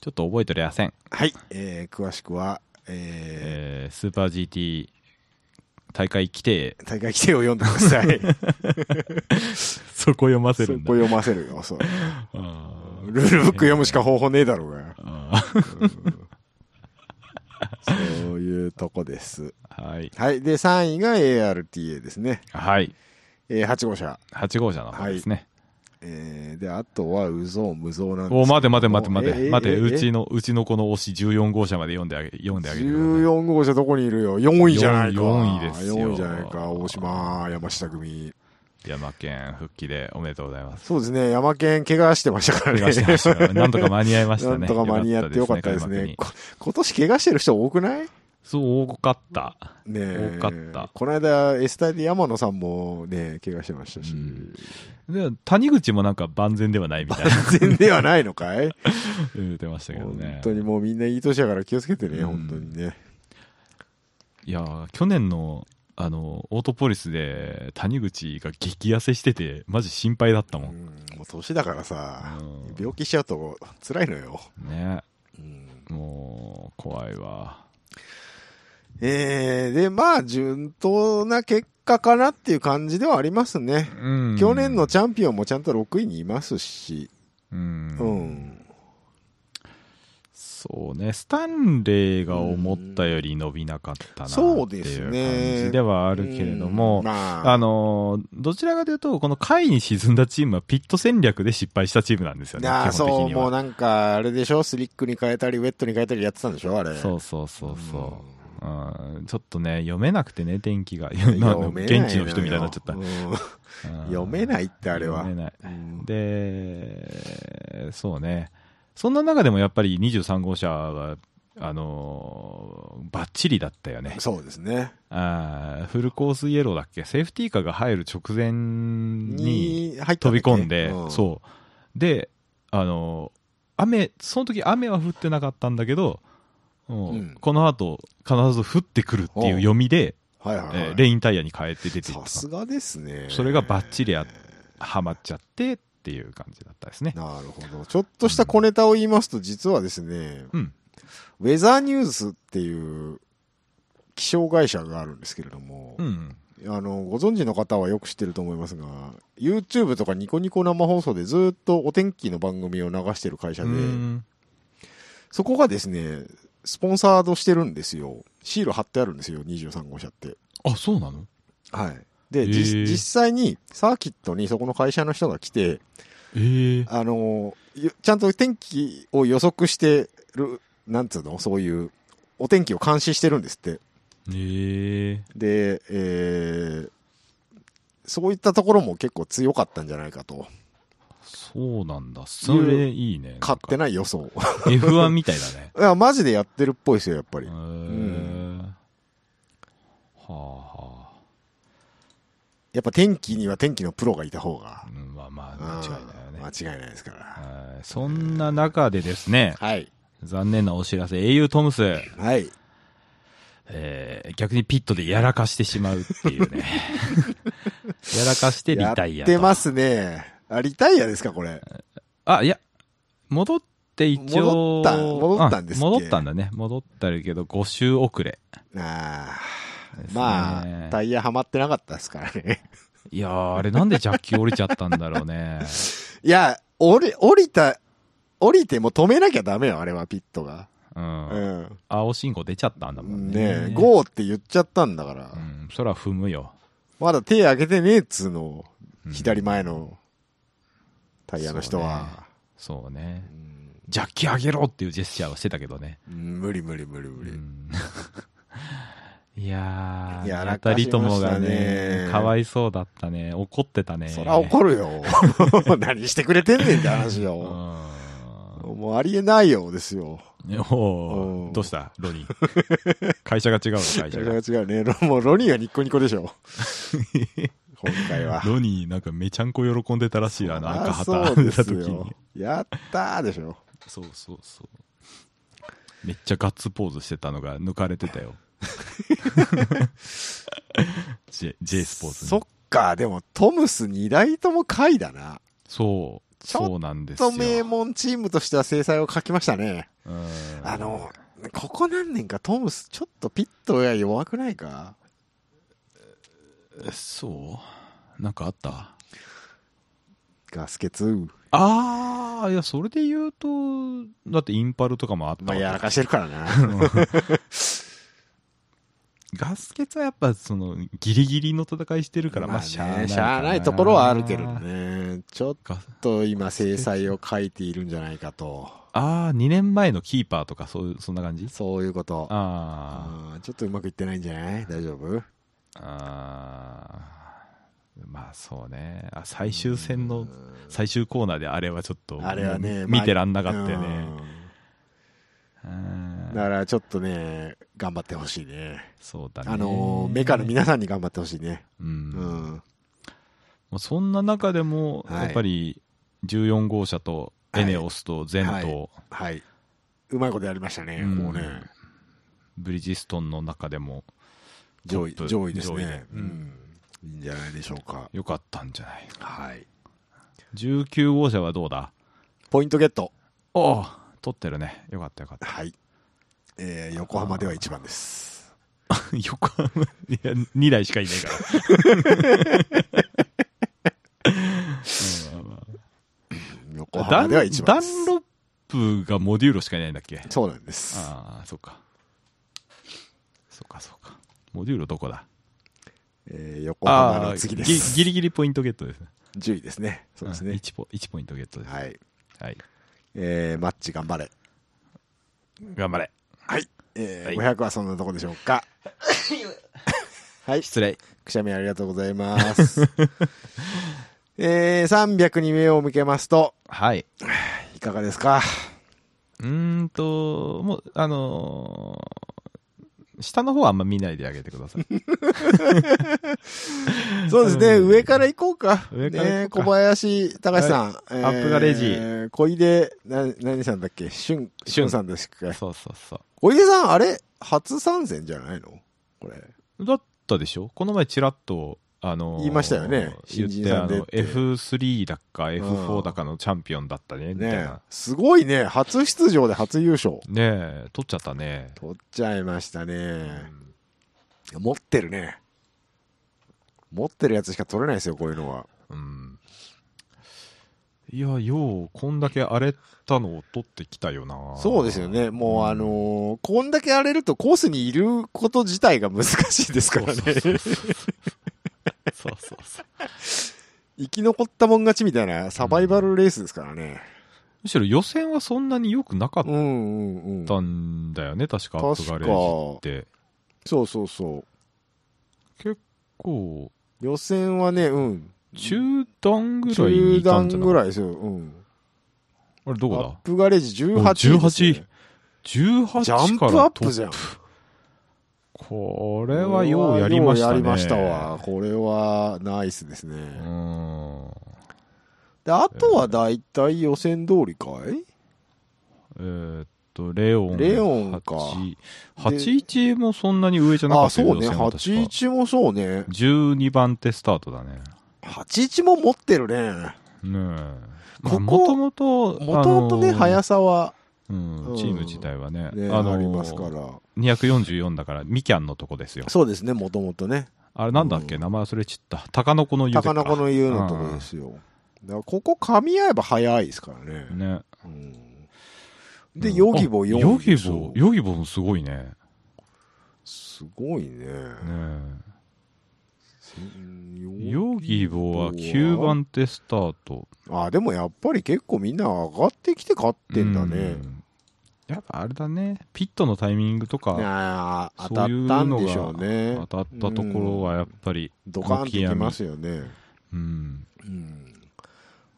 [SPEAKER 1] ちょっと覚えてりゃせん。
[SPEAKER 2] はい、えー、詳しくは、えー
[SPEAKER 1] えースーパー GT 大会規定。
[SPEAKER 2] 大会規定を読んでくだ さい。
[SPEAKER 1] そこ読ま
[SPEAKER 2] そこ。読ませるよ、そう。
[SPEAKER 1] あー
[SPEAKER 2] ルールブック読むしか方法ねえだろうが。
[SPEAKER 1] あ
[SPEAKER 2] そういうとこです。
[SPEAKER 1] ーはい。
[SPEAKER 2] はい。で、3位が ARTA ですね。
[SPEAKER 1] はい。
[SPEAKER 2] えー、8号車。
[SPEAKER 1] 8号車の方ですね。
[SPEAKER 2] えー、で、あとは、うぞう、無ぞうなんですけど
[SPEAKER 1] おお、待て待て待て待
[SPEAKER 2] え
[SPEAKER 1] て。
[SPEAKER 2] ー
[SPEAKER 1] 待て、
[SPEAKER 2] えー
[SPEAKER 1] うちの、うちのこの推し14号車まで読んであげ、読んであげてくだ
[SPEAKER 2] 14号車どこにいるよ ?4 位じゃないか。
[SPEAKER 1] 四位ですよ
[SPEAKER 2] 4位じゃないか。大島、山下組。
[SPEAKER 1] さい。山県復帰でおめでとうございます。
[SPEAKER 2] そうですね。山県怪我してましたからね。
[SPEAKER 1] 怪我してましたからなんとか間に合いました
[SPEAKER 2] な
[SPEAKER 1] ね。
[SPEAKER 2] んとか間に合ってよかったですね。
[SPEAKER 1] 開幕に
[SPEAKER 2] こ今年怪我してる人多くない
[SPEAKER 1] そう、多かった。
[SPEAKER 2] ねえ
[SPEAKER 1] 多かった
[SPEAKER 2] この間、エスタで山野さんもね、怪我してましたし。
[SPEAKER 1] うんで、谷口もなんか万全ではないみ たいな
[SPEAKER 2] 全ではないの かい
[SPEAKER 1] 言ってましたけど
[SPEAKER 2] 本
[SPEAKER 1] ね。
[SPEAKER 2] 当にもうみんないい年やから気をつけてね、
[SPEAKER 1] うん
[SPEAKER 2] 本当にね。
[SPEAKER 1] いやー去年のあのオートポリスで谷口が激痩せしててマジ心配だった
[SPEAKER 2] うん
[SPEAKER 1] もん、
[SPEAKER 2] もう年だからさ
[SPEAKER 1] うん、
[SPEAKER 2] 病気しちゃうと辛いのよ。
[SPEAKER 1] ね
[SPEAKER 2] うん
[SPEAKER 1] もう怖いわ
[SPEAKER 2] えー、で、まあ、順当な結果かなっていう感じではありますね。
[SPEAKER 1] うん
[SPEAKER 2] 去年のチャンピオンもちゃんと6位にいますし、
[SPEAKER 1] うん、
[SPEAKER 2] うん。
[SPEAKER 1] そうねスタンレーが思ったより伸びなかったなって
[SPEAKER 2] そう
[SPEAKER 1] い
[SPEAKER 2] です
[SPEAKER 1] う
[SPEAKER 2] ね
[SPEAKER 1] 感じではあるけれども、
[SPEAKER 2] うんまあ、
[SPEAKER 1] あのーどちらかというとこの下位に沈んだチームはピット戦略で失敗したチームなんですよね
[SPEAKER 2] なあ
[SPEAKER 1] 基本的
[SPEAKER 2] そう、
[SPEAKER 1] に
[SPEAKER 2] もう
[SPEAKER 1] は
[SPEAKER 2] なんか、あれでしょスリックに変えたり、ウェットに変えたりやってたんでしょあれ。
[SPEAKER 1] そうそうそうそう、うんちょっとね、読めなくてね、天気が。
[SPEAKER 2] うん。読 めないよ
[SPEAKER 1] 現地の人みたいになっちゃった
[SPEAKER 2] うん。
[SPEAKER 1] うん
[SPEAKER 2] 読めないってあれは。
[SPEAKER 1] 読めない。
[SPEAKER 2] うん
[SPEAKER 1] で、そうね。そんな中でもやっぱり23号車は、あのーバッチリだったよね。
[SPEAKER 2] そうですね。
[SPEAKER 1] あーフルコースイエローだっけセーフティーカーが入る直前に
[SPEAKER 2] に入った
[SPEAKER 1] 飛び込んで、
[SPEAKER 2] うん
[SPEAKER 1] そう。であの雨その時雨は降ってなかったんだけど、うん
[SPEAKER 2] うん
[SPEAKER 1] この後必ず降ってくるっていう読みで、
[SPEAKER 2] はいはい、はい
[SPEAKER 1] えーレインタイヤに変えて出ていっ
[SPEAKER 2] さ
[SPEAKER 1] た
[SPEAKER 2] すがですね。
[SPEAKER 1] それがバッチリやはまっちゃってっていう感じだったですね
[SPEAKER 2] なるほど。ちょっとした小ネタを言いますと、実はですね、
[SPEAKER 1] うん
[SPEAKER 2] ウェザーニュースっていう気象会社があるんですけれども、
[SPEAKER 1] うん
[SPEAKER 2] あの、ご存知の方はよく知ってると思いますが、YouTube とかニコニコ生放送でずっとお天気の番組を流してる会社
[SPEAKER 1] う
[SPEAKER 2] で、
[SPEAKER 1] ん
[SPEAKER 2] そこがですね、スポンサードしてるんですよ。シール貼ってあるんですよ、23号車って。
[SPEAKER 1] あそうなの
[SPEAKER 2] はい。で、
[SPEAKER 1] へー
[SPEAKER 2] じ実際にサーキットにそこの会社の人が来て、
[SPEAKER 1] ええ
[SPEAKER 2] あのーよちゃんと天気を予測してる、なんつうの、そういう、お天気を監視してるんですって。
[SPEAKER 1] ええ
[SPEAKER 2] で、えーそういったところも結構強かったんじゃないかと。
[SPEAKER 1] そうなんだそれいいねなんか
[SPEAKER 2] 勝手な予想。
[SPEAKER 1] F1 みたいだ ね
[SPEAKER 2] いや、マジでやってるっぽいですよ、やっぱ
[SPEAKER 1] へ
[SPEAKER 2] り
[SPEAKER 1] え。
[SPEAKER 2] ん
[SPEAKER 1] はあは
[SPEAKER 2] やっぱ天気には天気のプロがいた方が
[SPEAKER 1] あ、う。んまあまあ
[SPEAKER 2] うん
[SPEAKER 1] 間違いないよね
[SPEAKER 2] 間違いないですから。
[SPEAKER 1] はいそんな中でですね、
[SPEAKER 2] はい。
[SPEAKER 1] 残念なお知らせ、英雄トムス、
[SPEAKER 2] はい。
[SPEAKER 1] えー逆にピットでやらかしてしまうってい うね。やらかしてリタイア
[SPEAKER 2] やっ
[SPEAKER 1] と。
[SPEAKER 2] てますね。あ、リタイアですか、これ。
[SPEAKER 1] あ、いや、戻って一応。
[SPEAKER 2] 戻った戻ったんですっけ
[SPEAKER 1] あ戻ったんだね。戻ったけど、5周遅れ。
[SPEAKER 2] ああ
[SPEAKER 1] ですね
[SPEAKER 2] まあ、タイヤはまってなかったですからね。
[SPEAKER 1] いやー、あれなんでジャッキ折れちゃったんだろうね。
[SPEAKER 2] いや、降り、降りた、降りても止めなきゃダメよ、あれは、ピットが。
[SPEAKER 1] う。
[SPEAKER 2] うんん。
[SPEAKER 1] 青信号出ちゃったんだもんね。
[SPEAKER 2] ねえ、ゴーって言っちゃったんだか
[SPEAKER 1] う
[SPEAKER 2] ら。
[SPEAKER 1] ん、そら踏むよ。
[SPEAKER 2] まだ手上げてねえっつうの、
[SPEAKER 1] うん
[SPEAKER 2] 左前のタイヤの人は。
[SPEAKER 1] そうね
[SPEAKER 2] う。ん
[SPEAKER 1] ジャッキ上げろっていうジェスチャーをしてたけどね。
[SPEAKER 2] 無理無理無理無理。
[SPEAKER 1] いや
[SPEAKER 2] いや
[SPEAKER 1] ー、当たりともが
[SPEAKER 2] 落下しました
[SPEAKER 1] ね
[SPEAKER 2] ね、
[SPEAKER 1] かわいそうだったね。怒ってたね。
[SPEAKER 2] そら怒るよ。 何してくれてんねんって話
[SPEAKER 1] う
[SPEAKER 2] よ。
[SPEAKER 1] ん
[SPEAKER 2] もうありえないようですよ。
[SPEAKER 1] お
[SPEAKER 2] う
[SPEAKER 1] ー
[SPEAKER 2] ん
[SPEAKER 1] どうしたロニー。会社が違うの、会社
[SPEAKER 2] 違
[SPEAKER 1] が。
[SPEAKER 2] う違うね。ロもうロニーはニッコニコでしょ。今回は。
[SPEAKER 1] ロニーなんかめちゃんこ喜んでたらしいな、なんか
[SPEAKER 2] あ
[SPEAKER 1] 旗
[SPEAKER 2] そう
[SPEAKER 1] 出
[SPEAKER 2] で
[SPEAKER 1] た
[SPEAKER 2] す
[SPEAKER 1] 時
[SPEAKER 2] よ
[SPEAKER 1] に。。
[SPEAKER 2] やったーでしょ。
[SPEAKER 1] そうそうそう。めっちゃガッツポーズしてたのが抜かれ てたよ。J, J スポーツに
[SPEAKER 2] そっか、でもトムス2台とも回だな。
[SPEAKER 1] そう、
[SPEAKER 2] ちょっと
[SPEAKER 1] そうなんですよ
[SPEAKER 2] と。名門チームとしては制裁を書きましたね。
[SPEAKER 1] うん
[SPEAKER 2] あの、ここ何年かトムスちょっとピットが弱くないか
[SPEAKER 1] そうなんかあった
[SPEAKER 2] ガスケツ。
[SPEAKER 1] ああ、いや、それで言うと、だってインパルとかもあった
[SPEAKER 2] ま
[SPEAKER 1] わ
[SPEAKER 2] あ
[SPEAKER 1] け
[SPEAKER 2] やらかしてるからな。
[SPEAKER 1] ガスケツはやっぱ、その、ギリギリの戦いしてるから、まあ、
[SPEAKER 2] まあね
[SPEAKER 1] しゃあないか。
[SPEAKER 2] しゃあないところはあるけれど。ね。ちょっ
[SPEAKER 1] ガス
[SPEAKER 2] と今制裁を書いているんじゃないかと。
[SPEAKER 1] ああ、2年前のキーパーとか、そうそんな感じ
[SPEAKER 2] そういうこと。
[SPEAKER 1] あ
[SPEAKER 2] あーちょっとうまくいってないんじゃない大丈夫
[SPEAKER 1] ーあー。まあ、そうね。あ、最終戦の、最終コーナーであれはちょっと、
[SPEAKER 2] あれはね、
[SPEAKER 1] 見
[SPEAKER 2] まあ
[SPEAKER 1] てらんなかったよね。
[SPEAKER 2] う
[SPEAKER 1] うんん
[SPEAKER 2] だからちょっとね、頑張ってほしいね。
[SPEAKER 1] そうだね。
[SPEAKER 2] あのー、メカの皆さんに頑張ってほしいね。
[SPEAKER 1] う
[SPEAKER 2] うんん。
[SPEAKER 1] まあそんな中でも、
[SPEAKER 2] はい
[SPEAKER 1] やっぱり14号車とエネオスとゼント、
[SPEAKER 2] ははい。うまいことやりましたね、
[SPEAKER 1] うん
[SPEAKER 2] もうね。
[SPEAKER 1] ブリヂストンの中でも
[SPEAKER 2] 上位
[SPEAKER 1] トッ、プ
[SPEAKER 2] 上位です
[SPEAKER 1] 上位
[SPEAKER 2] ね
[SPEAKER 1] で。
[SPEAKER 2] う
[SPEAKER 1] うんん。
[SPEAKER 2] いいんじゃないでしょうか。
[SPEAKER 1] 良かったんじゃないか
[SPEAKER 2] はい。
[SPEAKER 1] 19号車はどうだ
[SPEAKER 2] ポイントゲット。
[SPEAKER 1] おお取ってるねよかったよ かった
[SPEAKER 2] はい。えー横浜では一番です。
[SPEAKER 1] 横浜いや2台しかいない からうんまあ
[SPEAKER 2] 横
[SPEAKER 1] まあ
[SPEAKER 2] 浜では
[SPEAKER 1] ダン
[SPEAKER 2] 一
[SPEAKER 1] ダ
[SPEAKER 2] 番です。
[SPEAKER 1] ンロップがモデューロしかいないんだっけ
[SPEAKER 2] そうなんです。
[SPEAKER 1] ああそっかそっかそっかモデューロどこだ
[SPEAKER 2] えー横浜の
[SPEAKER 1] ー
[SPEAKER 2] 次で
[SPEAKER 1] ギ
[SPEAKER 2] す。
[SPEAKER 1] ギリギリポイントゲットですね
[SPEAKER 2] 10位ですね。そうです
[SPEAKER 1] ん
[SPEAKER 2] ね。
[SPEAKER 1] 1, ポ1ポイントゲットです。は。
[SPEAKER 2] はいい。えーマッチ頑張れ。
[SPEAKER 1] 頑張れ。
[SPEAKER 2] はい。えー
[SPEAKER 1] は
[SPEAKER 2] 500はそんなとこでしょう か。はい。
[SPEAKER 1] 失礼。
[SPEAKER 2] くしゃみありがとうござい ます。えー、300に目を向けますと、
[SPEAKER 1] はい。
[SPEAKER 2] いかがですか
[SPEAKER 1] うーんと、もう、あの下の方はあんま見ないであげてく ださい。
[SPEAKER 2] そうですね、
[SPEAKER 1] うん
[SPEAKER 2] 上から行こうか。
[SPEAKER 1] 上から行こうか
[SPEAKER 2] ね小林隆さん、え
[SPEAKER 1] アップガレージ
[SPEAKER 2] ジ。小出、な、何さんだっけしゅん、しゅんさんですか。
[SPEAKER 1] そうそうそ
[SPEAKER 2] 小出さん、あれ初参戦じゃないのこれ。
[SPEAKER 1] う。だったでしょこの前ちらっと、あのー
[SPEAKER 2] 言いましたよね
[SPEAKER 1] 言
[SPEAKER 2] 新
[SPEAKER 1] って、
[SPEAKER 2] 人さ
[SPEAKER 1] あ
[SPEAKER 2] んで
[SPEAKER 1] の、
[SPEAKER 2] って
[SPEAKER 1] F3 だか F4 だかのチャンピオンだったね、みたい
[SPEAKER 2] ね
[SPEAKER 1] な。
[SPEAKER 2] すごいね、初出場で初優勝。
[SPEAKER 1] ねえ、取っちゃったね。
[SPEAKER 2] 取っちゃいました
[SPEAKER 1] う
[SPEAKER 2] ね。
[SPEAKER 1] ん
[SPEAKER 2] 持ってるね。持ってるやつしか取れないですよ、こういうのは。
[SPEAKER 1] うんいや、よう、こんだけ荒れたのを取ってきたよな。
[SPEAKER 2] そうですよね。もう、
[SPEAKER 1] ん
[SPEAKER 2] あのーこんだけ荒れるとコースにいること自体が難しいですからね。
[SPEAKER 1] そうそうそうそうそうそう。
[SPEAKER 2] 生き残ったもん勝ちみたいなサバイバルレースですからね。
[SPEAKER 1] むしろ予選はそんなに良くなかっ
[SPEAKER 2] うんうんうん。
[SPEAKER 1] たんだよね、確か、アップ
[SPEAKER 2] 確
[SPEAKER 1] ガ
[SPEAKER 2] か
[SPEAKER 1] レージって。
[SPEAKER 2] そうそうそう。
[SPEAKER 1] 結構、
[SPEAKER 2] 予選はね、うん。
[SPEAKER 1] 中段ぐらいに
[SPEAKER 2] 中
[SPEAKER 1] いた
[SPEAKER 2] 段
[SPEAKER 1] んじゃ
[SPEAKER 2] ぐ
[SPEAKER 1] ない
[SPEAKER 2] らいですよ。うん。
[SPEAKER 1] あれ、ど
[SPEAKER 2] ア
[SPEAKER 1] こ
[SPEAKER 2] ッ
[SPEAKER 1] だ
[SPEAKER 2] プガレージ18
[SPEAKER 1] お18
[SPEAKER 2] ですね
[SPEAKER 1] 18から
[SPEAKER 2] ジャンプアッ
[SPEAKER 1] トッ
[SPEAKER 2] プじゃん。
[SPEAKER 1] こ
[SPEAKER 2] こ
[SPEAKER 1] れはようやりましたね。
[SPEAKER 2] ようやりましたわ。これはナイスですね。
[SPEAKER 1] うん。
[SPEAKER 2] で、あとはだいたい予選通りかい
[SPEAKER 1] えーっと、レオン。
[SPEAKER 2] レオンか
[SPEAKER 1] 8
[SPEAKER 2] で
[SPEAKER 1] 81もそんなに上じゃなか
[SPEAKER 2] あ、
[SPEAKER 1] った
[SPEAKER 2] そ
[SPEAKER 1] よ
[SPEAKER 2] うね。
[SPEAKER 1] 予選は確か
[SPEAKER 2] 81もそうね。
[SPEAKER 1] 12番手スタートだね。
[SPEAKER 2] 81も持ってるね。
[SPEAKER 1] ねえ。
[SPEAKER 2] ここ
[SPEAKER 1] もともと、
[SPEAKER 2] もともとね、
[SPEAKER 1] あのー
[SPEAKER 2] 速さは
[SPEAKER 1] うん
[SPEAKER 2] うん
[SPEAKER 1] チーム自体はね、
[SPEAKER 2] ね、
[SPEAKER 1] あのー
[SPEAKER 2] ありますから。
[SPEAKER 1] 244だから、ミキャンのとこですよ。
[SPEAKER 2] そうですね、もともとね。
[SPEAKER 1] あれなんだっけ、
[SPEAKER 2] うん
[SPEAKER 1] 名前忘れちった。高の子の湯で
[SPEAKER 2] 高中の言うのとこですよ。だからここ噛み合えば早いですからね。
[SPEAKER 1] ね。
[SPEAKER 2] うんで、
[SPEAKER 1] うん
[SPEAKER 2] ヨギボ
[SPEAKER 1] あ
[SPEAKER 2] 4位
[SPEAKER 1] ヨギ
[SPEAKER 2] でしょ
[SPEAKER 1] ボ、ヨギボもすごいね。ね
[SPEAKER 2] すごいね。
[SPEAKER 1] え
[SPEAKER 2] せ
[SPEAKER 1] ヨギボは9。番手スタート。
[SPEAKER 2] あ、でもやっぱり結構みんな上がってきて勝ってんだね
[SPEAKER 1] う。んやっぱあれだね、ピットのタイミングと
[SPEAKER 2] い
[SPEAKER 1] か
[SPEAKER 2] やー当た
[SPEAKER 1] そういう
[SPEAKER 2] ったんでしょうね。
[SPEAKER 1] 当たったところはやっぱり、
[SPEAKER 2] ドカンときますよね。
[SPEAKER 1] うん、
[SPEAKER 2] うん。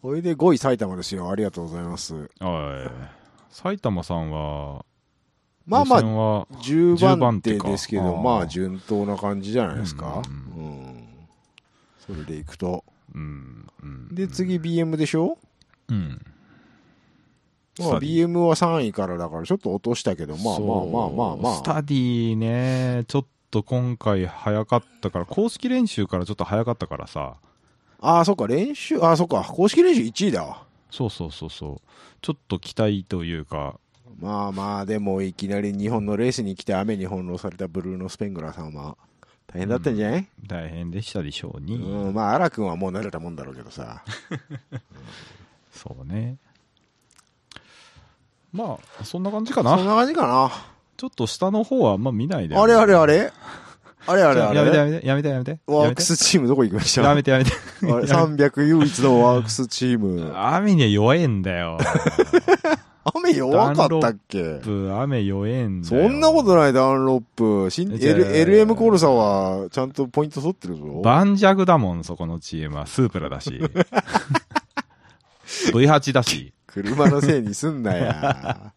[SPEAKER 2] ほいで5位埼玉ですよ。ありがとうございます。
[SPEAKER 1] はい。埼玉さんは、
[SPEAKER 2] まあまあ、
[SPEAKER 1] 予選は
[SPEAKER 2] 10
[SPEAKER 1] 10
[SPEAKER 2] 番
[SPEAKER 1] 番
[SPEAKER 2] 手
[SPEAKER 1] 手か
[SPEAKER 2] ですけど、
[SPEAKER 1] あー
[SPEAKER 2] まあ順当な感じじゃないですか。う
[SPEAKER 1] うんん
[SPEAKER 2] それでいくと。
[SPEAKER 1] うん、うん
[SPEAKER 2] で、次 BM でしょ、
[SPEAKER 1] うん、
[SPEAKER 2] まあ、
[SPEAKER 1] スタディ
[SPEAKER 2] BM は3位からだからちょっと落としたけど、まあまあまあまあまあ。
[SPEAKER 1] スタディね、ちょっと今回早かったから、公式練習からちょっと早かったからさ、
[SPEAKER 2] ああ、そっか、練習、ああ、そっか、公式練習1位だわ。
[SPEAKER 1] そうそうそうそう、ちょっと期待というか、
[SPEAKER 2] まあまあ、でもいきなり日本のレースに来て雨に翻弄されたブルーノ・スペングラーさんは大変だったんじゃない、
[SPEAKER 1] 大変でしたでしょう
[SPEAKER 2] う
[SPEAKER 1] に。
[SPEAKER 2] ん、まあ、荒君はもう慣れたもんだろうけどさ。
[SPEAKER 1] そうね。まあ、そんな感じか
[SPEAKER 2] そん
[SPEAKER 1] な。
[SPEAKER 2] な感じかな。
[SPEAKER 1] ちょっと下の方はあんま見ないで。
[SPEAKER 2] あれあれあれあれあ
[SPEAKER 1] あ
[SPEAKER 2] れあれ
[SPEAKER 1] やめてやめてやめて
[SPEAKER 2] ワ
[SPEAKER 1] やめ
[SPEAKER 2] ーク
[SPEAKER 1] て。
[SPEAKER 2] スチームどこ行きました
[SPEAKER 1] やめてやめて。
[SPEAKER 2] あ れ300唯一のワークスチーム。
[SPEAKER 1] 雨には弱えんだよ。
[SPEAKER 2] 雨弱かったっけ
[SPEAKER 1] 雨弱えんだ
[SPEAKER 2] そ
[SPEAKER 1] よ。
[SPEAKER 2] んなことない、ダンロップ。新
[SPEAKER 1] じゃあ
[SPEAKER 2] L- LM コールさんは、ちゃんとポイント取ってるぞ。
[SPEAKER 1] 盤石だもん、そこのチームは。スープラだ し。V8 だし。
[SPEAKER 2] 車のせいにすんな や。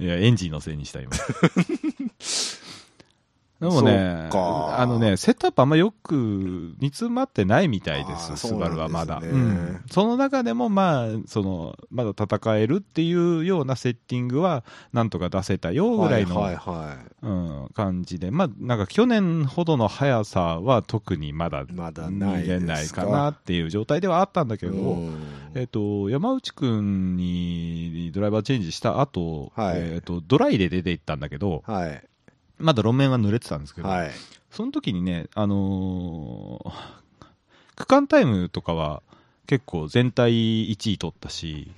[SPEAKER 1] いや、エンジンのせいにした、今。 でもね、
[SPEAKER 2] そっか
[SPEAKER 1] あのね、セットアップあんまよく煮詰まってないみたいで
[SPEAKER 2] あー
[SPEAKER 1] す、
[SPEAKER 2] そ
[SPEAKER 1] ス
[SPEAKER 2] うなんですね
[SPEAKER 1] バルはまだ、うんその中でも、まあ、その、まだ戦えるっていうようなセッティングは、なんとか出せたよぐらいの、
[SPEAKER 2] はいはいは
[SPEAKER 1] うん、感じで、まあ、なんか去年ほどの速さは特にまだ
[SPEAKER 2] い。まだない
[SPEAKER 1] 見
[SPEAKER 2] で
[SPEAKER 1] れ
[SPEAKER 2] す
[SPEAKER 1] ないかなっていう状態ではあったんだけど、
[SPEAKER 2] うん
[SPEAKER 1] えっと、山内くんにドライバーチェンジした後、
[SPEAKER 2] はい
[SPEAKER 1] えっと、ドライで出て行ったんだけど、
[SPEAKER 2] はい。
[SPEAKER 1] まだ路面は濡れてたんですけど、
[SPEAKER 2] はい。
[SPEAKER 1] その時にね、あのー区間タイムとかは結構全体1位取ったし、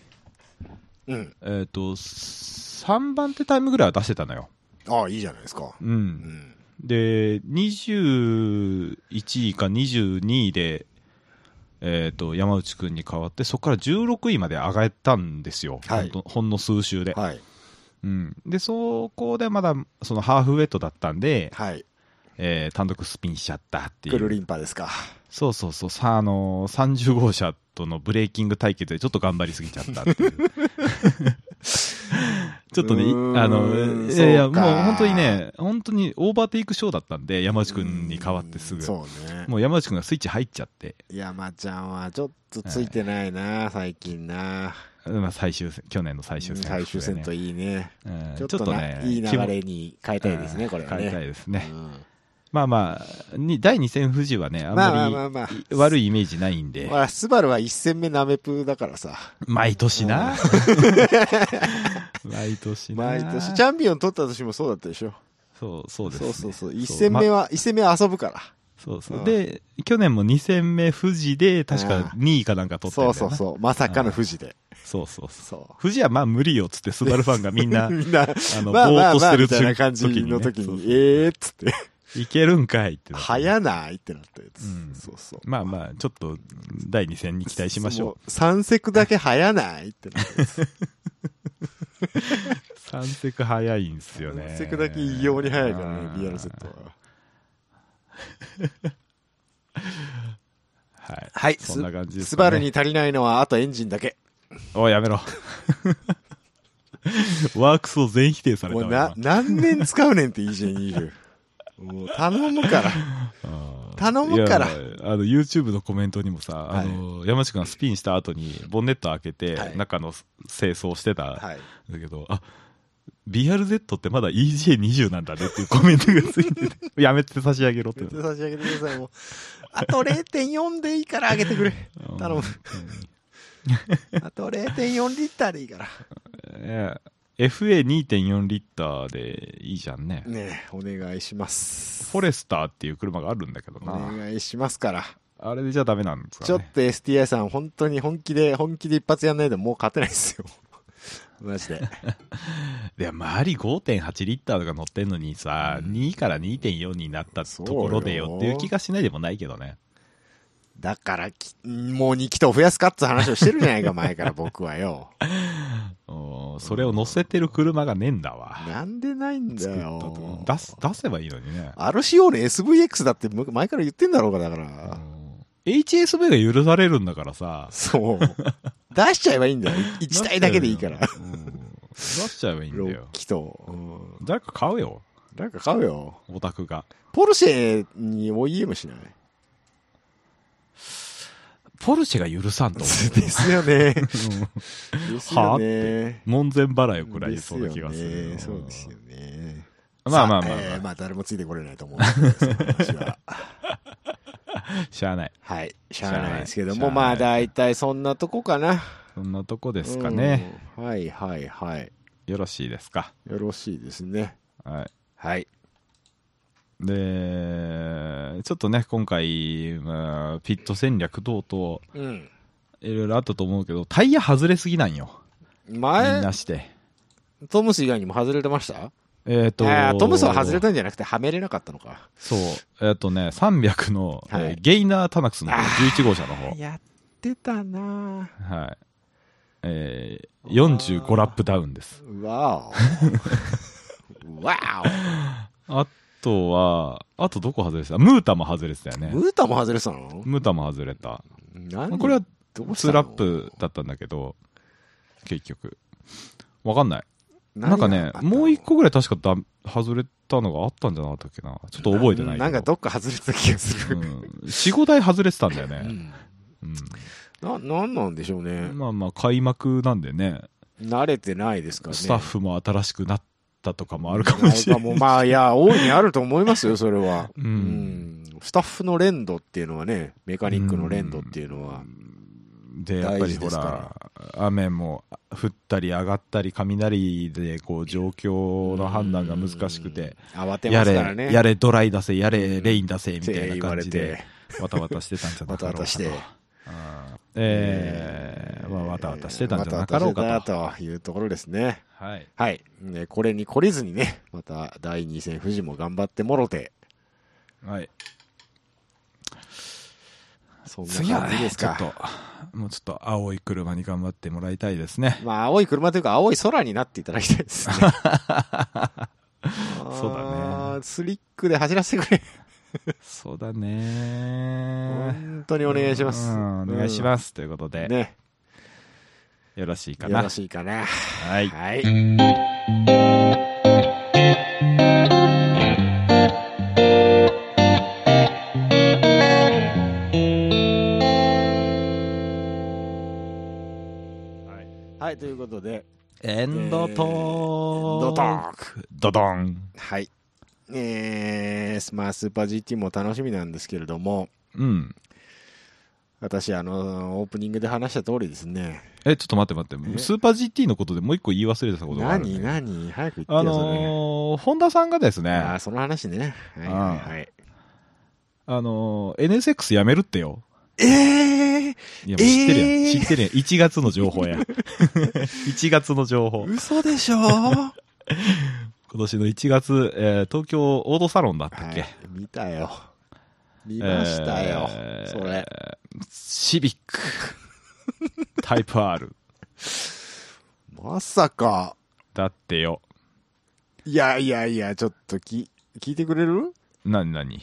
[SPEAKER 2] うん。
[SPEAKER 1] えっと、3番手タイムぐらいは出してたのよ。
[SPEAKER 2] ああ、いいじゃないですか。
[SPEAKER 1] う。
[SPEAKER 2] うんん。
[SPEAKER 1] で、21位か22位で、えっと山内くんに代わって、そこから16位まで上がったんですよ、
[SPEAKER 2] はい
[SPEAKER 1] ほんとほんの数週で。
[SPEAKER 2] はい。
[SPEAKER 1] うん、でそこでまだそのハーフウェットだったんで、
[SPEAKER 2] はい。
[SPEAKER 1] えー単独スピンしちゃったってい
[SPEAKER 2] くる
[SPEAKER 1] う
[SPEAKER 2] りんぱですか。
[SPEAKER 1] そうそうそうさあのー30号車とのブレーキング対決でちょっと頑張りすぎちゃったっていう ちょっとね、いう
[SPEAKER 2] ーん
[SPEAKER 1] あの、いやいや、
[SPEAKER 2] そ
[SPEAKER 1] も
[SPEAKER 2] う
[SPEAKER 1] う
[SPEAKER 2] か
[SPEAKER 1] 本当にね、本当にオーバーテイクショーだったんで、山内くんに代わってすぐ。
[SPEAKER 2] そうね。
[SPEAKER 1] もう山内くんがスイッチ入っちゃって、
[SPEAKER 2] 山ちゃんはちょっとついてないな、最近な。
[SPEAKER 1] まあ最終戦、去年の最終戦、
[SPEAKER 2] 最終戦といいね。
[SPEAKER 1] うん
[SPEAKER 2] ちょっとね、いい流れに変えたいですね、これはね。
[SPEAKER 1] 変えたいですね
[SPEAKER 2] う。ん
[SPEAKER 1] まあまあ、に第2戦富士はね、あん
[SPEAKER 2] まあまあまあ
[SPEAKER 1] ま
[SPEAKER 2] まあ。
[SPEAKER 1] り悪いイメージないんで、
[SPEAKER 2] ほら、スバルは一戦目ナメプーだからさ。
[SPEAKER 1] 毎年な。毎年な。
[SPEAKER 2] 毎年、チャンピオン取った年もそうだったでしょ。
[SPEAKER 1] そう、そうです、
[SPEAKER 2] そ
[SPEAKER 1] ね。
[SPEAKER 2] うそうそう。一戦目は、一戦目は遊ぶから。
[SPEAKER 1] そうそうう。
[SPEAKER 2] ん
[SPEAKER 1] で、去年も2戦目、富士で、確か2位かなんか取って
[SPEAKER 2] そうそう
[SPEAKER 1] う。
[SPEAKER 2] そう。まさかの富士で。
[SPEAKER 1] そうそうそう。
[SPEAKER 2] そ
[SPEAKER 1] 富士はまあ無理よっつって、スバルファンがみんな
[SPEAKER 2] う。、みんな、
[SPEAKER 1] あの、ぼ
[SPEAKER 2] まあま
[SPEAKER 1] ーっ
[SPEAKER 2] あ
[SPEAKER 1] と
[SPEAKER 2] ま
[SPEAKER 1] し
[SPEAKER 2] あ、
[SPEAKER 1] てる
[SPEAKER 2] みたいな感じの
[SPEAKER 1] 時
[SPEAKER 2] 時
[SPEAKER 1] にね
[SPEAKER 2] に、
[SPEAKER 1] そう
[SPEAKER 2] えーっつって、
[SPEAKER 1] いけるんかいってなって。
[SPEAKER 2] 早ないってなったや
[SPEAKER 1] うん
[SPEAKER 2] つ。そうそう。
[SPEAKER 1] まあまあ、ちょっと、第2戦に期待しましょ
[SPEAKER 2] う。三セクだけ早ないって なったやつ。
[SPEAKER 1] う。3セク早いんすよね。
[SPEAKER 2] 三セクだけ異様に早いからね、リアルセットは。
[SPEAKER 1] はい。
[SPEAKER 2] はい、
[SPEAKER 1] そんな感じです
[SPEAKER 2] ス
[SPEAKER 1] かね
[SPEAKER 2] バルに足りないのは、あとエンジンだけ。
[SPEAKER 1] おいやめろ。 ワークスを全否定され
[SPEAKER 2] も
[SPEAKER 1] たわ
[SPEAKER 2] うな
[SPEAKER 1] 今、
[SPEAKER 2] 何年使うねんって EJ20。もう頼むから。
[SPEAKER 1] うん
[SPEAKER 2] 頼むから
[SPEAKER 1] いやあの YouTube のコメントにもさ、あの山内くんがスピンした後にボンネット開けて、
[SPEAKER 2] はい
[SPEAKER 1] 中の清掃してたんだ
[SPEAKER 2] はい。
[SPEAKER 1] けど、あ BRZ ってまだ EJ20 なんだねっていうコメントがついててやめて差し上げろって
[SPEAKER 2] 別に差し上げてください、もう。あと0.4でいいから上げてくれ。頼む。あと0.4リッターでいいから。
[SPEAKER 1] え FA2.4 リッターでいいじゃんね、
[SPEAKER 2] ねえ、お願いします。
[SPEAKER 1] フォレスターっていう車があるんだけど
[SPEAKER 2] お
[SPEAKER 1] な
[SPEAKER 2] 願いしますから。
[SPEAKER 1] あれじゃダメなんです
[SPEAKER 2] ちょ
[SPEAKER 1] か
[SPEAKER 2] っ
[SPEAKER 1] ね
[SPEAKER 2] と STI さん、本当に本気で、本気で一発やんないともう勝てないですよ。マジで。
[SPEAKER 1] いや周り5.8リッターとか乗ってんのにさ、
[SPEAKER 2] うん
[SPEAKER 1] 2から2.4になったところでよっていう気がしないでもないけどね
[SPEAKER 2] だからき、もう2気筒増やすかって話をしてるじゃないか、前から僕はよ。
[SPEAKER 1] うんそれを乗せてる車がねえんだわ
[SPEAKER 2] なんでないんだ
[SPEAKER 1] 作ったと
[SPEAKER 2] よ
[SPEAKER 1] こ。出す出せばいいのにね
[SPEAKER 2] RCO の SVX だってむ前から言ってんだろうが、だから。
[SPEAKER 1] うん HSV が許されるんだからさ
[SPEAKER 2] そう。出しちゃえばいいんだよ。1台だけでいいから。
[SPEAKER 1] うん出しちゃえばいいんだ
[SPEAKER 2] 6
[SPEAKER 1] よ
[SPEAKER 2] 気筒。うん
[SPEAKER 1] 誰か買うよ
[SPEAKER 2] なんか買うよ。
[SPEAKER 1] オタクが
[SPEAKER 2] ポルシェに OEM しない
[SPEAKER 1] ポルシェが許さんと思
[SPEAKER 2] ですよね。
[SPEAKER 1] う うん
[SPEAKER 2] です
[SPEAKER 1] はあ
[SPEAKER 2] よ
[SPEAKER 1] っ
[SPEAKER 2] ね。
[SPEAKER 1] 門前払いを食らいそうな気がす
[SPEAKER 2] ですよねそ
[SPEAKER 1] る
[SPEAKER 2] うですよね。
[SPEAKER 1] まあまあ
[SPEAKER 2] さ
[SPEAKER 1] まあ、
[SPEAKER 2] えー
[SPEAKER 1] ま
[SPEAKER 2] まあ誰もついてこれないと思うんですけどその話は
[SPEAKER 1] あ、しゃあない
[SPEAKER 2] はい。しゃあないですけど
[SPEAKER 1] しゃあ
[SPEAKER 2] も、
[SPEAKER 1] ない
[SPEAKER 2] まあ大体そんなとこかな。
[SPEAKER 1] そんなとこですかね、
[SPEAKER 2] うん。はいはいはい。
[SPEAKER 1] よろしいですか
[SPEAKER 2] よろしいですね。
[SPEAKER 1] はい
[SPEAKER 2] はい。
[SPEAKER 1] で、ちょっとね、今回、まあピット戦略等々、
[SPEAKER 2] うん。
[SPEAKER 1] いろいろあったと思うけど、タイヤ外れすぎなんよ。みん
[SPEAKER 2] 前、
[SPEAKER 1] なして。
[SPEAKER 2] トムス以外にも外れてました
[SPEAKER 1] えっ、と
[SPEAKER 2] あートムスは外れたんじゃなくて、はめれなかったのか。
[SPEAKER 1] そう。えっ、とね、300の、
[SPEAKER 2] はい
[SPEAKER 1] えーゲイナータナックスの方
[SPEAKER 2] あ
[SPEAKER 1] 11号車の方。
[SPEAKER 2] やってたな
[SPEAKER 1] はい。えー、45ラップダウンです。
[SPEAKER 2] ぁわ お。わ
[SPEAKER 1] あとは、あとどこ外れてたムータも外れてたよ
[SPEAKER 2] お。
[SPEAKER 1] ね。
[SPEAKER 2] ムータも外れてたの
[SPEAKER 1] ムータも外れた。
[SPEAKER 2] 何
[SPEAKER 1] これは
[SPEAKER 2] どうした
[SPEAKER 1] 2
[SPEAKER 2] の
[SPEAKER 1] ラップだったんだけど、結局。わかんない。な
[SPEAKER 2] 何
[SPEAKER 1] ん
[SPEAKER 2] が
[SPEAKER 1] か
[SPEAKER 2] あったの
[SPEAKER 1] ね、もう一個ぐらい確かだ外れたのがあったんじゃなかったっけな。ちょっと覚えてないけど。
[SPEAKER 2] なんかどっか外れてた気がす
[SPEAKER 1] う
[SPEAKER 2] る。
[SPEAKER 1] ん、4、5台外れてたんだよ
[SPEAKER 2] う
[SPEAKER 1] ね。
[SPEAKER 2] ん
[SPEAKER 1] うん
[SPEAKER 2] な、なんなんでしょうね。
[SPEAKER 1] まあまあ、開幕なんでね、
[SPEAKER 2] 慣れてないですからね。
[SPEAKER 1] スタッフも新しくなったとかもあるか
[SPEAKER 2] な
[SPEAKER 1] も
[SPEAKER 2] ん
[SPEAKER 1] しれ
[SPEAKER 2] か
[SPEAKER 1] ない。
[SPEAKER 2] もうまあ、いや、大いにあると思いますよ、それは。
[SPEAKER 1] う
[SPEAKER 2] うんん。スタッフの連動っていうのはね、メカニックの連動っていうのは。
[SPEAKER 1] で、やっぱ
[SPEAKER 2] 大
[SPEAKER 1] り
[SPEAKER 2] 事
[SPEAKER 1] ほ
[SPEAKER 2] です
[SPEAKER 1] ら
[SPEAKER 2] か、
[SPEAKER 1] 雨も降ったり上がったり、雷でこう状況の判断が難しくて、
[SPEAKER 2] うん。慌て
[SPEAKER 1] や
[SPEAKER 2] ますから
[SPEAKER 1] れ、
[SPEAKER 2] ね。
[SPEAKER 1] やれドライ出せ、やれ
[SPEAKER 2] うん
[SPEAKER 1] レイン出せ、み
[SPEAKER 2] って
[SPEAKER 1] たい
[SPEAKER 2] 言
[SPEAKER 1] な
[SPEAKER 2] わ
[SPEAKER 1] 感
[SPEAKER 2] れ
[SPEAKER 1] じで
[SPEAKER 2] て、、
[SPEAKER 1] わたわたしてたんじゃな
[SPEAKER 2] バ
[SPEAKER 1] か
[SPEAKER 2] タ
[SPEAKER 1] ろう
[SPEAKER 2] バ
[SPEAKER 1] かと
[SPEAKER 2] タして。
[SPEAKER 1] えーまあ、わたわたしてたんじゃなかろう
[SPEAKER 2] わた
[SPEAKER 1] か
[SPEAKER 2] わ
[SPEAKER 1] と。
[SPEAKER 2] たしてたというところですね。
[SPEAKER 1] はい。
[SPEAKER 2] はい。ね、これに懲りずにね、また第2戦富士も頑張ってもろて、
[SPEAKER 1] はい。
[SPEAKER 2] そん
[SPEAKER 1] 次
[SPEAKER 2] な
[SPEAKER 1] は
[SPEAKER 2] 感じ
[SPEAKER 1] ね、
[SPEAKER 2] です
[SPEAKER 1] ちょっ
[SPEAKER 2] か。
[SPEAKER 1] と、もうちょっと青い車に頑張ってもらいたいですね。
[SPEAKER 2] まあ、青い車というか、青い空になっていただきたいです ね。
[SPEAKER 1] そうだね
[SPEAKER 2] ね。スリックで走らせてくれ。
[SPEAKER 1] そうだね。
[SPEAKER 2] 本当にお願いします。
[SPEAKER 1] うんお願いします。ということで、
[SPEAKER 2] ね。
[SPEAKER 1] よろしいか
[SPEAKER 2] よ
[SPEAKER 1] な
[SPEAKER 2] ろ。しいかな。
[SPEAKER 1] はい。
[SPEAKER 2] はい。はい、ということで、
[SPEAKER 1] エンドトーク。
[SPEAKER 2] ドトーク。
[SPEAKER 1] ドドン。
[SPEAKER 2] はい。えー、まあ、スーパー GT も楽しみなんですけれども、
[SPEAKER 1] うん。
[SPEAKER 2] 私、あの、オープニングで話した通りですね。
[SPEAKER 1] え、ちょっと待って待って。
[SPEAKER 2] え
[SPEAKER 1] スーパー GT のことでもう一個言い忘れてたことがあるんだけ
[SPEAKER 2] 何
[SPEAKER 1] ど。
[SPEAKER 2] 何早く言ってよ、
[SPEAKER 1] あ
[SPEAKER 2] それ。
[SPEAKER 1] のー、本田さんがですね、
[SPEAKER 2] あー
[SPEAKER 1] あ
[SPEAKER 2] その話ね。はいはいはい。
[SPEAKER 1] のー、NSX やめるってよ。
[SPEAKER 2] えー、
[SPEAKER 1] いや、もう知ってるやん。
[SPEAKER 2] えー
[SPEAKER 1] 知ってるやん。1月の情 報や。1月の情報。
[SPEAKER 2] 嘘でしょ
[SPEAKER 1] 今年の1月、えー東京オードサロンだったっけ、
[SPEAKER 2] はい、見たよ。見ましたよ。
[SPEAKER 1] えー
[SPEAKER 2] それ。
[SPEAKER 1] シビッ ク。タイプ R。
[SPEAKER 2] まさか。
[SPEAKER 1] だってよ。
[SPEAKER 2] いやいやいや、ちょっとき、聞いてくれる
[SPEAKER 1] なになに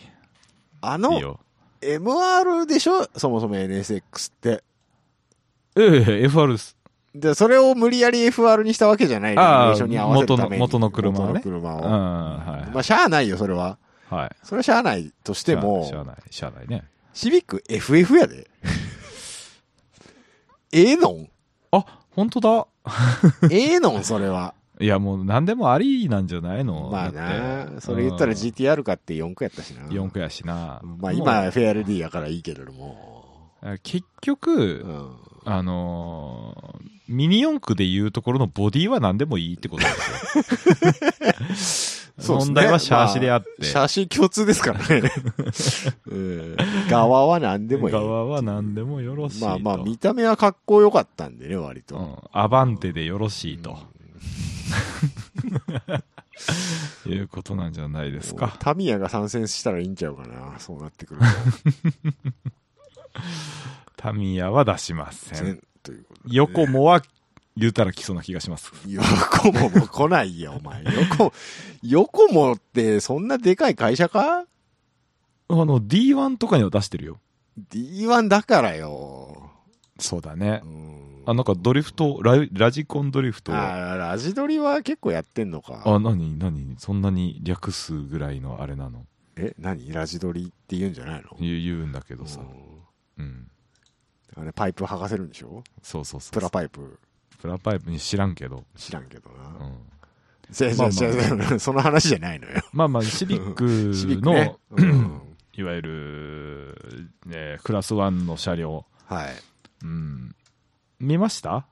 [SPEAKER 2] あ
[SPEAKER 1] いい
[SPEAKER 2] の、
[SPEAKER 1] よ。
[SPEAKER 2] MR でしょそもそも NSX って。
[SPEAKER 1] ええ FR です。
[SPEAKER 2] で、それを無理やり FR にしたわけじゃないの
[SPEAKER 1] ああ
[SPEAKER 2] レーションに合わせるために
[SPEAKER 1] 元の元の車をね
[SPEAKER 2] 元の車
[SPEAKER 1] う
[SPEAKER 2] を
[SPEAKER 1] ん、はい。
[SPEAKER 2] まあ、しゃあないよ、それは。
[SPEAKER 1] はい。
[SPEAKER 2] それはしゃあないとして
[SPEAKER 1] しゃあ
[SPEAKER 2] も、
[SPEAKER 1] ない、しゃあないね。
[SPEAKER 2] シビック FF や で。ええのん
[SPEAKER 1] あ、本当だ。
[SPEAKER 2] ええのん、それは。
[SPEAKER 1] いや、もう何でもありなんじゃないの
[SPEAKER 2] まあ
[SPEAKER 1] だって
[SPEAKER 2] な、それ言ったら
[SPEAKER 1] うん
[SPEAKER 2] GTR かって4区やったしな。
[SPEAKER 1] 4区やしな。
[SPEAKER 2] まあ
[SPEAKER 1] もう
[SPEAKER 2] 今、フェアルディやからいいけれども。
[SPEAKER 1] 結局、
[SPEAKER 2] うん。
[SPEAKER 1] あのーミニ四駆でいうところのボディは何でもいいってことです
[SPEAKER 2] そう
[SPEAKER 1] よ。
[SPEAKER 2] ですね
[SPEAKER 1] 問題はシャーシであって、
[SPEAKER 2] 写真共通ですから ね。うん側は何でもいい。
[SPEAKER 1] 側は何でもよろしいと。
[SPEAKER 2] まあまあ、見た目はかっこよかったんでね、割
[SPEAKER 1] う
[SPEAKER 2] と。
[SPEAKER 1] ん、アバンテでよろしいと、いうことなんじゃないですか。
[SPEAKER 2] タミヤが参戦したらいいんちゃうかな、そうなってくると。
[SPEAKER 1] タミヤは出しません。
[SPEAKER 2] 全ということで
[SPEAKER 1] 横もは言うたら来そうな気がします。
[SPEAKER 2] 横ももう来ないよ、お前。横、横もってそんなでかい会社か
[SPEAKER 1] あの、D1 とかには出してるよ。
[SPEAKER 2] ?D1 だからよ。
[SPEAKER 1] そうだね
[SPEAKER 2] う。ん
[SPEAKER 1] あ、なんかドリフト、ララジコンドリフト。あ、
[SPEAKER 2] あラジドリは結構やってんのか。
[SPEAKER 1] なになにそんなに略すぐらいのあれなの
[SPEAKER 2] え、何ラジドリって言うんじゃないの
[SPEAKER 1] 言う言うんだけどさ
[SPEAKER 2] う。
[SPEAKER 1] うん。
[SPEAKER 2] んあれ、パイプ剥がせるんでしょ
[SPEAKER 1] そうそうそう。
[SPEAKER 2] プラパイプ。
[SPEAKER 1] プラパイプに知らんけど。
[SPEAKER 2] 知らんけどな。
[SPEAKER 1] うん。
[SPEAKER 2] 違う違う違うその話じゃないのよ。
[SPEAKER 1] まあまあ、シビ ッ
[SPEAKER 2] シビッ
[SPEAKER 1] ク
[SPEAKER 2] ク
[SPEAKER 1] の、
[SPEAKER 2] ねうん
[SPEAKER 1] いわゆる、ね、クラス1の車両。
[SPEAKER 2] はい。
[SPEAKER 1] うん。見ました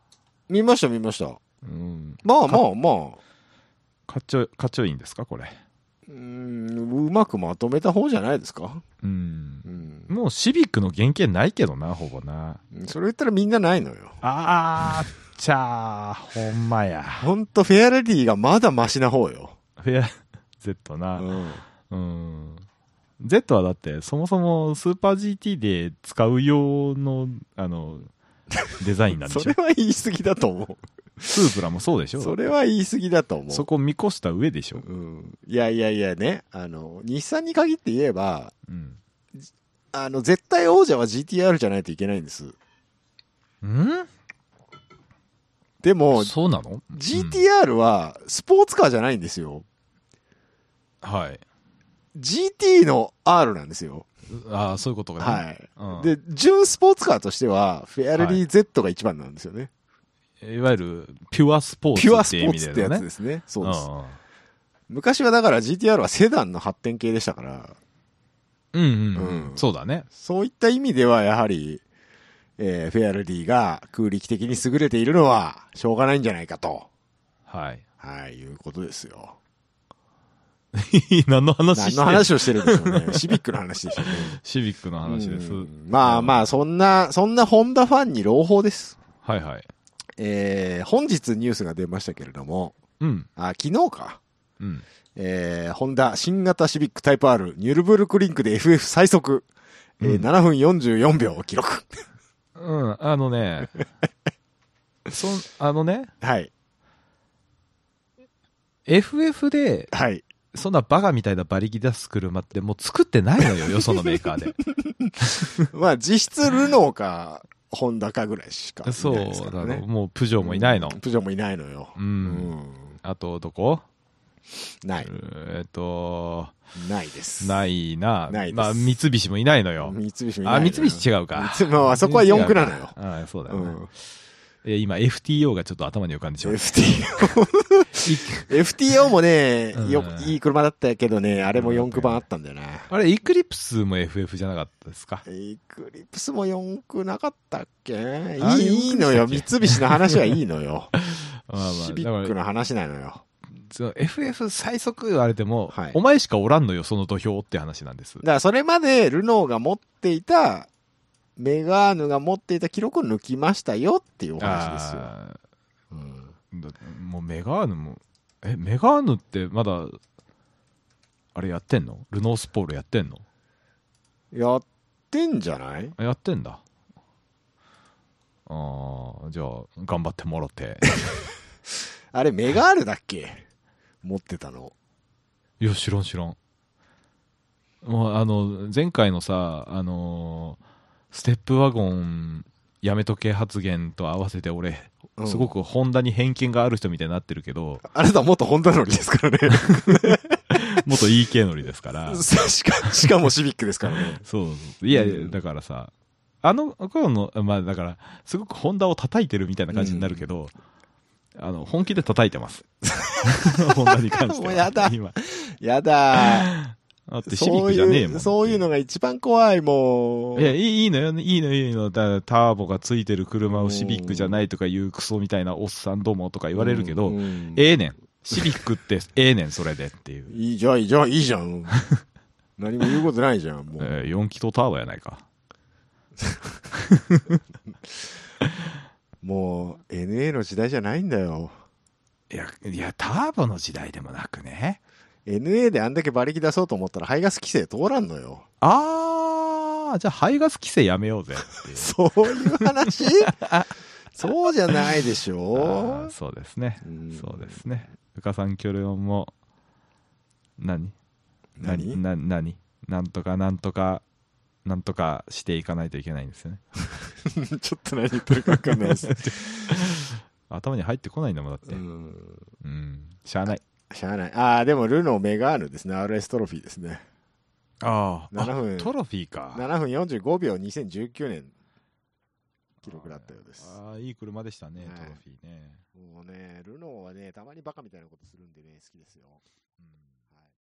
[SPEAKER 2] 見ました見ました。
[SPEAKER 1] うん。
[SPEAKER 2] まあまあまあ。
[SPEAKER 1] かっちょ、かっちょいいんですかこれ。
[SPEAKER 2] うーん、うまくまとめた方じゃないですか。
[SPEAKER 1] うん
[SPEAKER 2] う。ん。
[SPEAKER 1] もうシビックの原型ないけどな、ほぼな。
[SPEAKER 2] それ言ったらみんなないのよ。
[SPEAKER 1] あー、ちゃー、ほんまや。
[SPEAKER 2] ほんと、フェアレディがまだマシな方よ。
[SPEAKER 1] フェア、Z
[SPEAKER 2] う
[SPEAKER 1] な。
[SPEAKER 2] ん。
[SPEAKER 1] うん。Z はだって、そもそもスーパー GT で使う用の、あの、デザインなんで
[SPEAKER 2] そ
[SPEAKER 1] し
[SPEAKER 2] れ
[SPEAKER 1] ょ
[SPEAKER 2] は言い過ぎだと思
[SPEAKER 1] スープラもそうでし
[SPEAKER 2] う。
[SPEAKER 1] ょ
[SPEAKER 2] それは言い過ぎだと思う
[SPEAKER 1] そ。こを見越した上でしょ
[SPEAKER 2] うん。いやいやいやね、あの、日産に限って言えば、
[SPEAKER 1] うん。
[SPEAKER 2] あの、絶対王者は GTR じゃないといけないんです。
[SPEAKER 1] ん
[SPEAKER 2] でも、
[SPEAKER 1] そうなの
[SPEAKER 2] GTR はスポーツカーじゃないんですよ。
[SPEAKER 1] うんはい。
[SPEAKER 2] GT の R なんですよ。
[SPEAKER 1] ああ、そういうことかね。
[SPEAKER 2] はい。
[SPEAKER 1] うん
[SPEAKER 2] で、純スポーツカーとしては、フェアレデ
[SPEAKER 1] は
[SPEAKER 2] ィ Z が一番なんですよね。
[SPEAKER 1] いわゆる、ピュアスポーツ
[SPEAKER 2] ピュア
[SPEAKER 1] っ
[SPEAKER 2] ス
[SPEAKER 1] て
[SPEAKER 2] ポ
[SPEAKER 1] いう意
[SPEAKER 2] ー
[SPEAKER 1] 味
[SPEAKER 2] ツ
[SPEAKER 1] で
[SPEAKER 2] ってや
[SPEAKER 1] のね。
[SPEAKER 2] つですね。そうです。
[SPEAKER 1] うん
[SPEAKER 2] 昔はだから GTR はセダンの発展系でしたから、
[SPEAKER 1] うんうん、
[SPEAKER 2] う
[SPEAKER 1] うんん、そうだね。
[SPEAKER 2] そういった意味ではやはり、えーフェアレディが空力的に優れているのはしょうがないんじゃないかと、
[SPEAKER 1] はい。
[SPEAKER 2] はい、いうことですよ。
[SPEAKER 1] 何の話し て
[SPEAKER 2] 何
[SPEAKER 1] ん
[SPEAKER 2] の 話をしてるんでしょうね。シビックの話でしょうね。
[SPEAKER 1] シビックの話です。
[SPEAKER 2] うんまあまあ、そんな、そんなホンダファンに朗報です。
[SPEAKER 1] はいはい。
[SPEAKER 2] えー本日ニュースが出ましたけれども、
[SPEAKER 1] うん。
[SPEAKER 2] あ、昨日か。
[SPEAKER 1] うん。
[SPEAKER 2] えーホンダ新型シビックタイプ R、ニュルブルクリンクで FF 最速、えー
[SPEAKER 1] うん
[SPEAKER 2] 7分44秒を記録。
[SPEAKER 1] うん、あの ね、そん、あのね、
[SPEAKER 2] はい、
[SPEAKER 1] FF で、
[SPEAKER 2] はい。
[SPEAKER 1] そんなバカみたいな馬力出す車 ってもう作ってないのよ、よそのメーカーで。
[SPEAKER 2] まあ、実質ルノーか、ホンダかぐらいしかい
[SPEAKER 1] そ
[SPEAKER 2] ないです
[SPEAKER 1] う
[SPEAKER 2] から
[SPEAKER 1] だ
[SPEAKER 2] ね。
[SPEAKER 1] ろう。もうプジョーもいないの。
[SPEAKER 2] プジョーもいないのよ。
[SPEAKER 1] うん
[SPEAKER 2] うん
[SPEAKER 1] あと、どこ
[SPEAKER 2] な
[SPEAKER 1] え
[SPEAKER 2] い。
[SPEAKER 1] ーっと、
[SPEAKER 2] ないです。い。
[SPEAKER 1] ないな。
[SPEAKER 2] ないです
[SPEAKER 1] まあ、三菱もいないのよ。
[SPEAKER 2] 三菱もいない
[SPEAKER 1] あ、
[SPEAKER 2] の
[SPEAKER 1] 三
[SPEAKER 2] よ
[SPEAKER 1] 菱違うか。
[SPEAKER 2] 三菱 まあそこは四駆なのよ
[SPEAKER 1] あそうだ
[SPEAKER 2] う
[SPEAKER 1] よね。
[SPEAKER 2] ん。
[SPEAKER 1] え今、FTO がちょっと頭に浮かんでしまった。
[SPEAKER 2] FTO。FTO もね、よ
[SPEAKER 1] う、ん
[SPEAKER 2] いい車だったけどね、あれも四駆版あったんだよな。
[SPEAKER 1] あれ、エクリプスも FF じゃなかったですか。
[SPEAKER 2] エクリプスも四駆なかったっけ
[SPEAKER 1] あ
[SPEAKER 2] い
[SPEAKER 1] れ
[SPEAKER 2] いいいのよ。
[SPEAKER 1] 四駆
[SPEAKER 2] 三
[SPEAKER 1] でし
[SPEAKER 2] 菱の話はいいのよ。
[SPEAKER 1] まあまあ、
[SPEAKER 2] シビ
[SPEAKER 1] だ
[SPEAKER 2] ッ
[SPEAKER 1] か
[SPEAKER 2] ク
[SPEAKER 1] ら、
[SPEAKER 2] の話なのよ。
[SPEAKER 1] その FF 最速言われても、
[SPEAKER 2] はい
[SPEAKER 1] お前しかおらんのよ、その土俵って話なんです
[SPEAKER 2] だ。からそれまでルノーが持っていた、メガーヌが持っていた記録を抜きましたよっていうお話ですよ。
[SPEAKER 1] あ
[SPEAKER 2] うん
[SPEAKER 1] ーだもうメガーヌも、え、メガーヌってまだ、あれやってんのルノースポールやってんの
[SPEAKER 2] やってんじゃない
[SPEAKER 1] あやってんだ。ああ、じゃあ、頑張ってもろて。
[SPEAKER 2] あれメガールだっけ持ってたの。
[SPEAKER 1] いや、知らん知らん。もう、あの、前回のさ、あのーステップワゴンやめとけ発言と合わせて俺、
[SPEAKER 2] うん
[SPEAKER 1] すごくホンダに偏見がある人みたいになってるけ ど、
[SPEAKER 2] あなた元ホンダ乗りですからね。
[SPEAKER 1] 元 EK 乗りですから。
[SPEAKER 2] しかしかもシビックですからね。
[SPEAKER 1] そうそういや、
[SPEAKER 2] うん
[SPEAKER 1] だからさ、あの頃の、まあだから、すごくホンダを叩いてるみたいな感じになるけど、あの、本気で叩いてます。 ホンダに関しては。
[SPEAKER 2] もうやだ
[SPEAKER 1] 今。
[SPEAKER 2] やだー
[SPEAKER 1] だってシビッ
[SPEAKER 2] そう
[SPEAKER 1] クじゃね
[SPEAKER 2] い
[SPEAKER 1] えもん。
[SPEAKER 2] う、そういうのが一番怖い、もう。
[SPEAKER 1] いや、いいいいのよ、いいの、いいの。だターボがついてる車をシビックじゃないとかいうクソみたいなおっさんどもとか言われるけど、
[SPEAKER 2] うんうん
[SPEAKER 1] ええねん。シビックってええねん、それでっていう。
[SPEAKER 2] いいじゃん、いいじゃん、いいじゃ ん。何も言うことないじゃん、もう。
[SPEAKER 1] えー、4気筒ターボやないか。
[SPEAKER 2] もう、NA の時代じゃないんだよ。
[SPEAKER 1] いや、いや、ターボの時代でもなくね。
[SPEAKER 2] NA であんだけ馬力出そうと思ったら排ガス規制通らんのよ。
[SPEAKER 1] あー、じゃあ排ガス規制やめようぜっていう
[SPEAKER 2] そういう 話そうじゃないでし
[SPEAKER 1] あ
[SPEAKER 2] ょ
[SPEAKER 1] ー。そうですね。
[SPEAKER 2] うん
[SPEAKER 1] そうですね。うかさんキョレオンも、何
[SPEAKER 2] 何
[SPEAKER 1] な何なんとかなんとか、なんとかしていかないといけないんですよね。
[SPEAKER 2] ちょっと何 言ってるか分かんない です。
[SPEAKER 1] 頭に入ってこないんだもんだって
[SPEAKER 2] う
[SPEAKER 1] うん、
[SPEAKER 2] ん
[SPEAKER 1] しゃあない
[SPEAKER 2] しゃあない。ああ、でもルノーメガールですね。RS トロフィーですね。
[SPEAKER 1] あ
[SPEAKER 2] あ7分
[SPEAKER 1] トロフィーか
[SPEAKER 2] 7分45秒2019年記録だったようです。
[SPEAKER 1] ああいい車でしたね
[SPEAKER 2] はい
[SPEAKER 1] トロフィーね、
[SPEAKER 2] もうね、ルノーはね、たまにバカみたいなことするんでね、好きですよ。
[SPEAKER 1] うん
[SPEAKER 2] はい